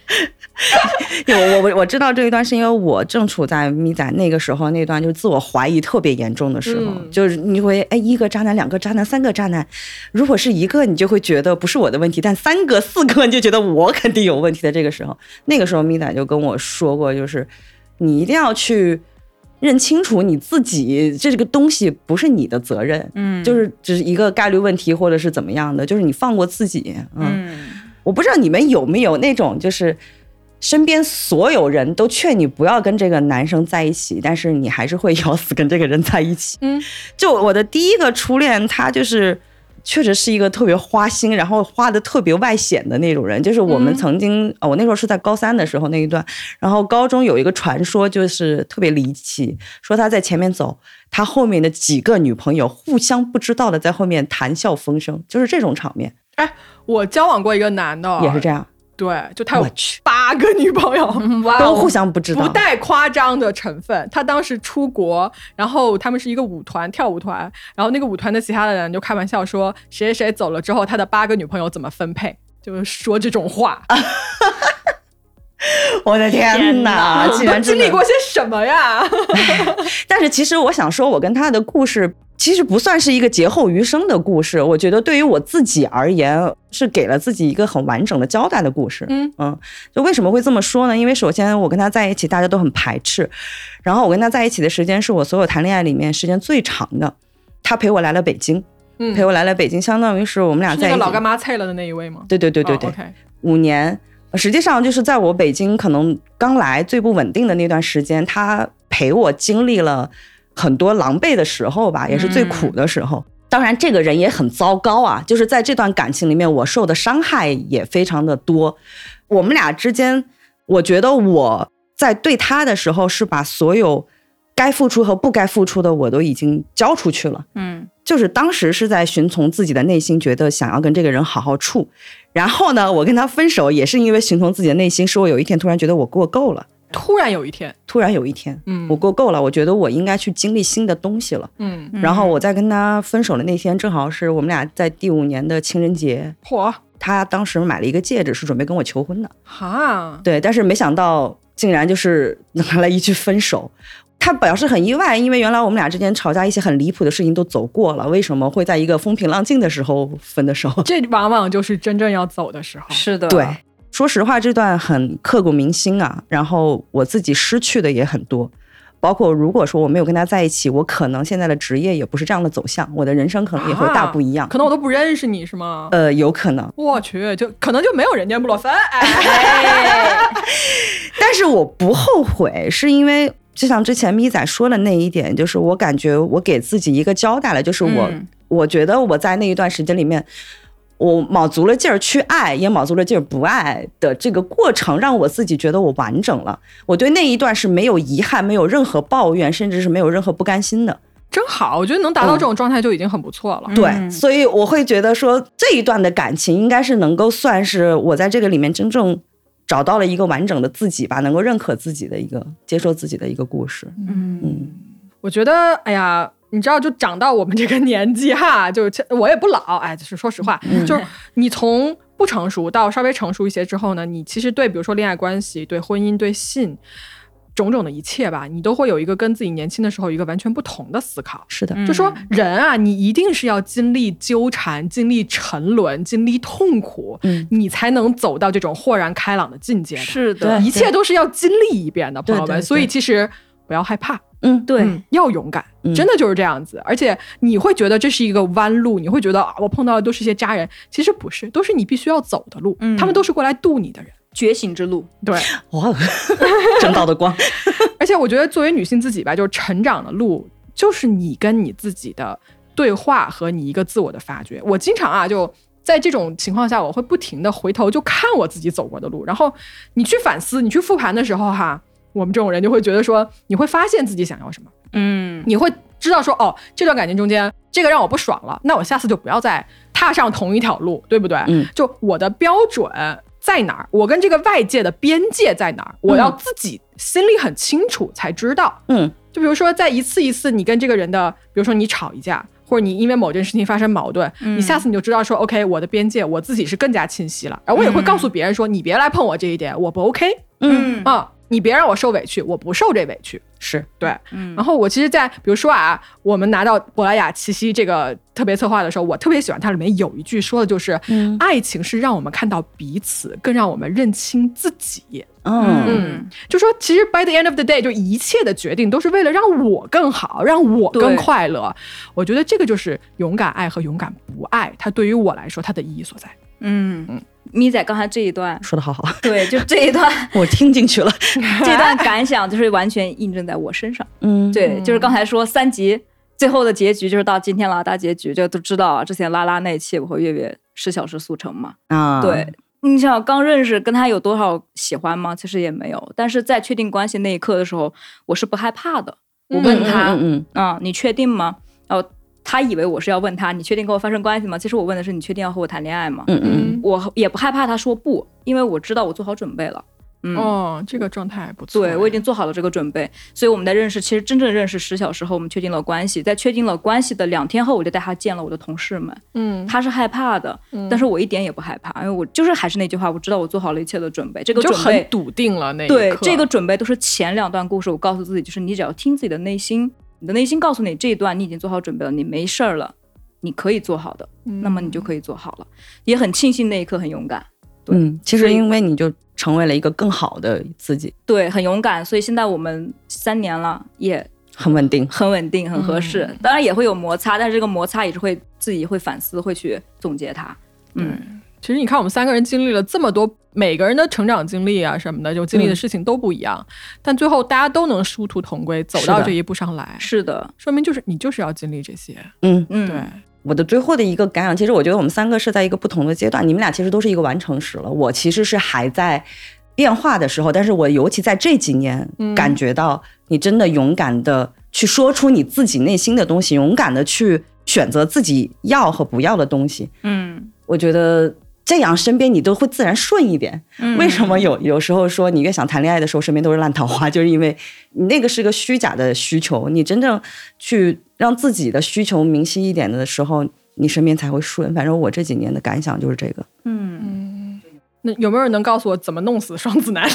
Speaker 2: 有我我我知道这一段是因为我正处在咪仔那个时候，那段就是自我怀疑特别严重的时候，
Speaker 1: 嗯
Speaker 2: 就是你会哎一个渣男，两个渣男，三个渣男，如果是一个你就会觉得不是我的问题，但三个四个你就觉得我肯定有问题的。这个时候，那个时候咪仔就跟我说过，就是你一定要去认清楚你自己这个东西不是你的责任，
Speaker 3: 嗯，
Speaker 2: 就是只是一个概率问题或者是怎么样的，就是你放过自己，
Speaker 3: 嗯，
Speaker 2: 我不知道你们有没有那种，就是身边所有人都劝你不要跟这个男生在一起，但是你还是会咬死跟这个人在一起。
Speaker 1: 嗯，
Speaker 2: 就我的第一个初恋，他就是确实是一个特别花心，然后花的特别外显的那种人。就是我们
Speaker 1: 嗯
Speaker 2: 曾经，呃我那时候是在高三的时候那一段，然后高中有一个传说，就是特别离奇，说他在前面走，他后面的几个女朋友互相不知道的在后面谈笑风生，就是这种场面
Speaker 1: 我交往过一个男的，
Speaker 2: 也是这样，
Speaker 1: 对，就他有
Speaker 2: 我去
Speaker 1: 八个女朋友，
Speaker 3: 嗯哇哦
Speaker 2: 都互相不知
Speaker 1: 啊不
Speaker 2: 道。
Speaker 1: 带夸张的成分。他当时出国，然后他们是一个舞团，跳舞团，然后那个舞团的其他的人就开玩笑说，谁谁谁走了之后，他的八个女朋友怎么分配，就是说这种话。
Speaker 2: 啊我的天 哪！
Speaker 1: 我
Speaker 2: 竟然
Speaker 1: 们
Speaker 2: 真
Speaker 1: 经
Speaker 2: 的
Speaker 1: 历过些什么呀？
Speaker 2: 但是其实我想说，我跟他的故事其实不算是一个劫后余生的故事，我觉得对于我自己而言，是给了自己一个很完整的交代的故事。
Speaker 1: 嗯
Speaker 2: 就为什么会这么说呢？因为首先我跟他在一起，大家都很排斥，然后我跟他在一起的时间是我所有谈恋爱里面时间最长的。他陪我来了北京，
Speaker 1: 嗯，
Speaker 2: 陪我来了北京，相当于是我们俩
Speaker 1: 是
Speaker 2: 在
Speaker 1: 那个
Speaker 2: 一起。
Speaker 1: 老干妈菜了的那一位吗？哦
Speaker 2: 对对对对对，
Speaker 1: o k
Speaker 2: 五年，呃实际上就是在我北京可能刚来最不稳定的那段时间，他陪我经历了很多狼狈的时候吧，也是最苦的时候。当然，这个人也很糟糕啊，就是在这段感情里面，我受的伤害也非常的多。我们俩之间，我觉得我在对他的时候是把所有该付出和不该付出的我都已经交出去了。
Speaker 3: 嗯，
Speaker 2: 就是当时是在寻从自己的内心，觉得想要跟这个人好好处。然后呢，我跟他分手也是因为寻从自己的内心，是我有一天突然觉得我过够了，
Speaker 1: 突然有一天，
Speaker 2: 突然有一天
Speaker 1: 嗯，
Speaker 2: 我过够了，我觉得我应该去经历新的东西了。
Speaker 1: 嗯，
Speaker 2: 然后我在跟他分手的那天，正好是我们俩在第五年的情人节，
Speaker 1: 嚯
Speaker 2: 他当时买了一个戒指，是准备跟我求婚的。
Speaker 1: 哈，
Speaker 2: 对，但是没想到竟然就是 拿来一句分手。他表示很意外，因为原来我们俩之间吵架一些很离谱的事情都走过了，为什么会在一个风平浪静的时候分的手？
Speaker 1: 这往往就是真正要走的时候。
Speaker 3: 是的，
Speaker 2: 对，说实话，这段很刻骨铭心啊。然后我自己失去的也很多，包括如果说我没有跟他在一起，我可能现在的职业也不是这样的走向，我的人生可能也会大不一样。
Speaker 1: 可能我都不认识你是吗？
Speaker 2: 呃，有可能，
Speaker 1: 我去，就可能就没有人间布洛芬，哎，
Speaker 2: 但是我不后悔，是因为就像之前咪仔说的那一点，就是我感觉我给自己一个交代了，就是我、
Speaker 3: 嗯
Speaker 2: 我觉得我在那一段时间里面。我卯足了劲儿去爱，也卯足了劲儿不爱的这个过程，让我自己觉得我完整了。我对那一段是没有遗憾，没有任何抱怨，甚至是没有任何不甘心的。
Speaker 1: 真好，我觉得能达到这种状态就已经很不错了。
Speaker 2: 对，
Speaker 3: 嗯
Speaker 2: 所以我会觉得说这一段的感情应该是能够算是我在这个里面真正找到了一个完整的自己吧，能够认可自己的一个、接受自己的一个故事。
Speaker 3: 嗯，
Speaker 2: 嗯，
Speaker 1: 我觉得，哎呀。你知道，就长到我们这个年纪哈，就是我也不老，哎，就是说实话，就是你从不成熟到稍微成熟一些之后呢，你其实对比如说恋爱关系、对婚姻、对性种种的一切吧，你都会有一个跟自己年轻的时候有一个完全不同的思考。
Speaker 2: 是的，
Speaker 3: 嗯
Speaker 1: 就说人啊，你一定是要经历纠缠、经历沉沦、经历痛苦，
Speaker 2: 嗯
Speaker 1: 你才能走到这种豁然开朗的境界的。
Speaker 3: 是
Speaker 2: 对
Speaker 3: 的，
Speaker 1: 一切都是要经历一遍的，
Speaker 2: 对
Speaker 1: 朋友
Speaker 2: 对
Speaker 1: 们。
Speaker 2: 对
Speaker 1: 所以其实不要害怕，
Speaker 2: 嗯，对
Speaker 1: 嗯，要勇敢，
Speaker 2: 嗯
Speaker 1: 真的就是这样子。而且你会觉得这是一个弯路，你会觉得啊，我碰到的都是一些渣人，其实不是，都是你必须要走的路，
Speaker 3: 嗯
Speaker 1: 他们都是过来渡你的人。
Speaker 3: 觉醒之路，
Speaker 1: 对，
Speaker 2: 哇， 正道的光，
Speaker 1: 而且我觉得作为女性自己吧，就是成长的路，就是你跟你自己的对话和你一个自我的发掘。我经常啊，就在这种情况下，我会不停的回头就看我自己走过的路，然后你去反思，你去复盘的时候哈，我们这种人就会觉得说，你会发现自己想要什么。
Speaker 3: 嗯，
Speaker 1: 你会知道说，哦，这段感情中间这个让我不爽了，那我下次就不要再踏上同一条路，对不对？
Speaker 2: 嗯，
Speaker 1: 就我的标准在哪儿，我跟这个外界的边界在哪儿，我要自己心里很清楚才知道。
Speaker 2: 嗯
Speaker 1: 就比如说，在一次一次你跟这个人的，比如说你吵一架，或者你因为某件事情发生矛盾，
Speaker 3: 嗯
Speaker 1: 你下次你就知道说，OK，我的边界我自己是更加清晰了，而我也会告诉别人说，你别来碰我这一点，我不 OK
Speaker 2: 嗯，
Speaker 1: 啊、你别让我受委屈，我不受这委屈。
Speaker 2: 是，
Speaker 1: 对，
Speaker 3: 嗯
Speaker 1: 然后我其实在，比如说啊，我们拿到珀莱雅七夕这个特别策划的时候，我特别喜欢它里面有一句说的就是，
Speaker 2: 嗯
Speaker 1: 爱情是让我们看到彼此，更让我们认清自己。
Speaker 2: 嗯，
Speaker 1: 嗯，就说其实 by the end of the day，就一切的决定都是为了让我更好，让我更
Speaker 3: 对
Speaker 1: 快乐。我觉得这个就是勇敢爱和勇敢不爱，它对于我来说它的意义所在。
Speaker 3: 嗯，咪仔刚才这一
Speaker 2: ，
Speaker 3: 段
Speaker 2: 说的好好，
Speaker 3: 对，就这一 段，
Speaker 2: 我听进去了。
Speaker 3: 这段感想就是完全印证在我身上。
Speaker 2: 嗯，
Speaker 3: 对，就是刚才说三级最后的结局就是到今天拉大结局，就都知道啊之前拉拉那一期我和月月是小时速成嘛。
Speaker 2: 啊，
Speaker 3: 对，你想刚认识跟他有多少喜欢吗？其实也没有，但是在确定关系那一刻的时候，我是不害怕的。我
Speaker 2: 嗯，
Speaker 3: 问
Speaker 2: 嗯
Speaker 3: 他，
Speaker 2: 嗯
Speaker 3: 啊、你确定吗？然后他以为我是要问他，你确定跟我发生关系吗？其实我问的是你确定要和我谈恋爱吗？
Speaker 2: 嗯嗯
Speaker 1: 嗯，
Speaker 3: 我也不害怕他说不，因为我知道我做好准备了。嗯，
Speaker 1: 哦，这个状态不错。
Speaker 3: 对我已经做好了这个准备，所以我们在认识，其实真正认识十小时后，我们确定了关系。在确定了关系的两天后，我就带他见了我的同事们。
Speaker 1: 嗯，
Speaker 3: 他是害怕的，但是我一点也不害怕，因为我就是还是那句话，我知道我做好了一切的准备。这个
Speaker 1: 就
Speaker 3: 准
Speaker 1: 很
Speaker 3: 备，
Speaker 1: 笃定了那一
Speaker 3: 对
Speaker 1: 刻
Speaker 3: 这个准备都是前两段故事，我告诉自己，就是你只要听自己的内心，你的内心告诉你这一段你已经做好准备了，你没事儿了，你可以做好的，那么你就可以做好了。也很庆幸那一刻很勇敢，对
Speaker 2: 嗯，其
Speaker 3: 所
Speaker 2: 实
Speaker 3: 以
Speaker 2: 因为你就成为了一个更好的自己，
Speaker 3: 对，很勇敢。所以现在我们三年了，也
Speaker 2: 很稳定。
Speaker 3: 很稳定，很合适。
Speaker 1: 嗯
Speaker 3: 当然也会有摩擦，但是这个摩擦也是会自己会反思，会去总结它。嗯，
Speaker 1: 其实你看，我们三个人经历了这么多，每个人的成长经历啊什么的，就经
Speaker 3: 嗯
Speaker 1: 历的事情都不一样，但最后大家都能殊途同归，走
Speaker 2: 是
Speaker 1: 到
Speaker 2: 的
Speaker 1: 这一步上来，
Speaker 3: 是的，
Speaker 1: 说明就是你就是要经历这些。
Speaker 2: 嗯，
Speaker 3: 嗯，
Speaker 1: 对，
Speaker 2: 我的最后的一个感想，其实我觉得我们三个是在一个不同的阶段，你们俩其实都是一个完成时了，我其实是还在变化的时候，但是我尤其在这几年
Speaker 1: 嗯
Speaker 2: 感觉到你真的勇敢的去说出你自己内心的东西，勇敢的去选择自己要和不要的东西，
Speaker 3: 嗯，
Speaker 2: 我觉得。这样身边你都会自然顺一点。
Speaker 3: 嗯
Speaker 2: 为什么有有时候说你越想谈恋爱的时候，身边都是烂桃花， 就是因为你那个是个虚假的需求。你真正去让自己的需求明晰一点的时候，你身边才会顺。反正我这几年的感想就是这个，
Speaker 3: 嗯，
Speaker 1: 那有没有人能告诉我怎么弄死双子 男？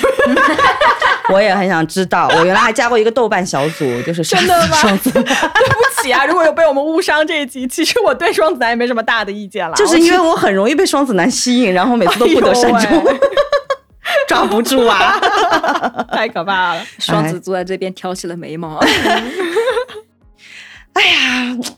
Speaker 2: 我也很想知道。我原来还加过一个豆瓣小组，就是
Speaker 1: 真的 吗
Speaker 2: 上次
Speaker 1: 对不起啊，如果有被我们误伤这一集，其实我对双子男也没什么大的意见了，
Speaker 2: 就是因为我很容易被双子男吸引，然后每次都不 得善终，
Speaker 1: 哎呦
Speaker 2: 抓不住啊。
Speaker 1: 我太可怕 了。
Speaker 3: 双子座在这边挑起了眉毛。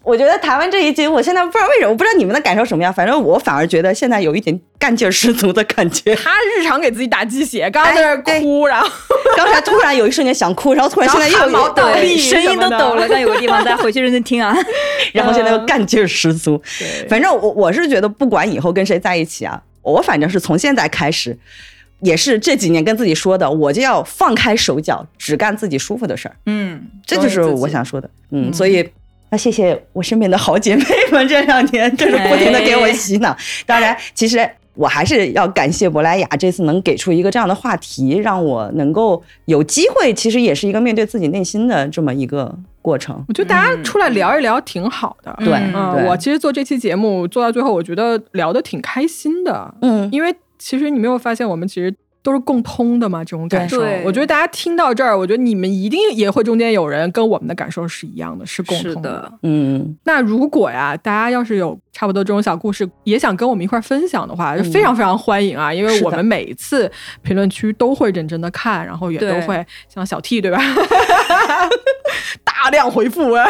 Speaker 2: 我觉得谈完这一集，我现在不知道为什么，我不知道你们的感受什么样，反正我反而觉得现在有一点干劲儿十足的感觉。
Speaker 1: 他日常给自己打鸡血，刚刚在那儿
Speaker 2: 哎对
Speaker 1: 哭，然后
Speaker 2: 刚才突然有一瞬间想哭，然后突然现在又
Speaker 1: 然后汗毛
Speaker 2: 有，
Speaker 1: 倒立
Speaker 3: 对，声音
Speaker 1: 什
Speaker 3: 都抖
Speaker 1: 么的
Speaker 3: 了，但有个地方大家回去认真听啊。
Speaker 2: 然后现在又干劲儿十足。
Speaker 1: 嗯对
Speaker 2: 反正我我是觉得，不管以后跟谁在一起啊，我反正是从现在开始，也是这几年跟自己说的，我就要放开手脚，只干自己舒服的事儿。
Speaker 3: 嗯，
Speaker 2: 这就是我想说的。嗯，所以。那谢谢我身边的好姐妹们，这两年真是不停的给我洗脑。当然，其实我还是要感谢珀莱雅这次能给出一个这样的话题，让我能够有机会，其实也是一个面对自己内心的这么一个过程。
Speaker 1: 我觉得大家出来聊一聊挺好的。
Speaker 2: 对，
Speaker 3: 嗯
Speaker 1: 嗯，
Speaker 2: 对
Speaker 1: 我其实做这期节目做到最后，我觉得聊得挺开心的，
Speaker 2: 嗯，
Speaker 1: 因为其实你没有发现我们其实。都是共通的嘛，这种感受
Speaker 3: 对，
Speaker 1: 我觉得大家听到这儿，我觉得你们一定也会中间有人跟我们的感受是一样的，是共
Speaker 3: 是
Speaker 1: 通
Speaker 3: 的，
Speaker 2: 嗯，
Speaker 1: 那如果呀，大家要是有差不多这种小故事，也想跟我们一块儿分享的话，
Speaker 3: 嗯
Speaker 1: 就非常非常欢迎啊！因为
Speaker 2: 是的
Speaker 1: 我们每一次评论区都会认真的看，然后也
Speaker 3: 对。
Speaker 1: 都会像小 T 对吧， 大量回复啊，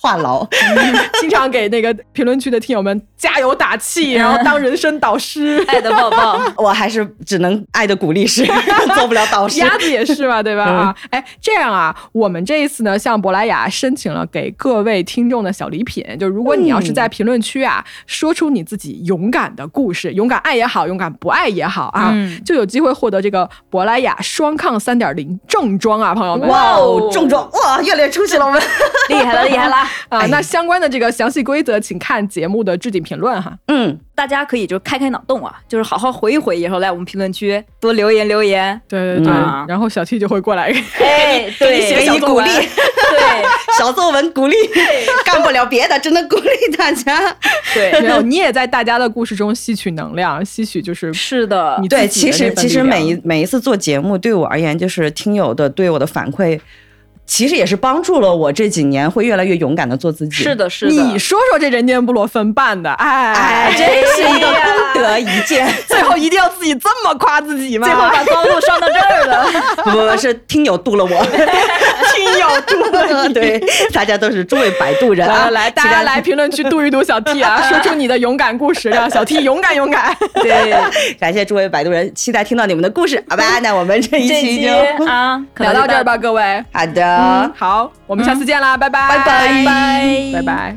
Speaker 2: 话痨，
Speaker 1: 经常给那个评论区的听友们加油打气，然后当人生导师
Speaker 3: 爱的抱抱。
Speaker 2: 我还是只能爱的鼓励式， 做不了导师。
Speaker 1: 鸭子也是嘛，对吧？啊，哎，这样啊，我们这一次呢，向珀莱雅申请了给各位听众的小礼品，就如果你要是在评论区啊，说出你自己勇敢的故事，勇敢爱也好，勇敢不爱也好啊，
Speaker 3: 嗯
Speaker 1: 就有机会获得这个珀莱雅双抗三点零正装啊，朋友们。
Speaker 2: 哇哦，重装哇，越来越出息了 我们。
Speaker 3: 厉害了，厉害了！
Speaker 1: 啊，那相关的这个详细规则，请看节目的置顶评论哈。
Speaker 2: 嗯，
Speaker 3: 大家可以就开开脑洞啊，就是好好回一回，以后来我们评论区多留言留言，
Speaker 1: 对对对，
Speaker 3: 嗯
Speaker 1: 然后小 T 就会过来。
Speaker 3: 哎，对，
Speaker 2: 给你鼓励
Speaker 3: 对
Speaker 2: 小作文鼓励，干不了别的，只能鼓励大家。
Speaker 3: 对，
Speaker 1: 没有，你也在大家的故事中吸取能量，吸取就是
Speaker 3: 是的
Speaker 1: 你，
Speaker 2: 对，
Speaker 1: 自己的
Speaker 2: 其实
Speaker 1: 那份
Speaker 2: 其实
Speaker 1: 力量
Speaker 2: 每一每一次做节目，对我而言，就是听友的对我的反馈，其实也是帮助了我这几年会越来越勇敢的做自己。
Speaker 3: 是，的，是的，
Speaker 1: 你说说这人间不落分办的，哎，
Speaker 2: 哎，真是一个功德一件。
Speaker 1: 最后一定要自己这么夸自己吗？
Speaker 3: 最后把光路上到这儿了，
Speaker 2: 不不不，是听友度了我，
Speaker 1: 听要度了你。
Speaker 2: 对，大家都是诸位摆渡人
Speaker 1: 来
Speaker 2: 啊！
Speaker 1: 来 来，大
Speaker 2: 期
Speaker 1: 家
Speaker 2: 待
Speaker 1: 来评论区度一度 小 T 啊，说出你的勇敢故事，让小 T 勇敢勇敢。
Speaker 3: 对，
Speaker 2: 感谢诸位摆渡人，期待听到你们的故事，好吧？那我们这一
Speaker 3: 这
Speaker 2: 期
Speaker 3: 期
Speaker 2: 就
Speaker 3: 啊，可
Speaker 1: 聊
Speaker 3: 能
Speaker 1: 到
Speaker 3: 就
Speaker 1: 这儿吧，各位。
Speaker 2: 好的。
Speaker 1: 好，我们下次见啦，拜拜，
Speaker 2: 拜拜
Speaker 1: 拜拜。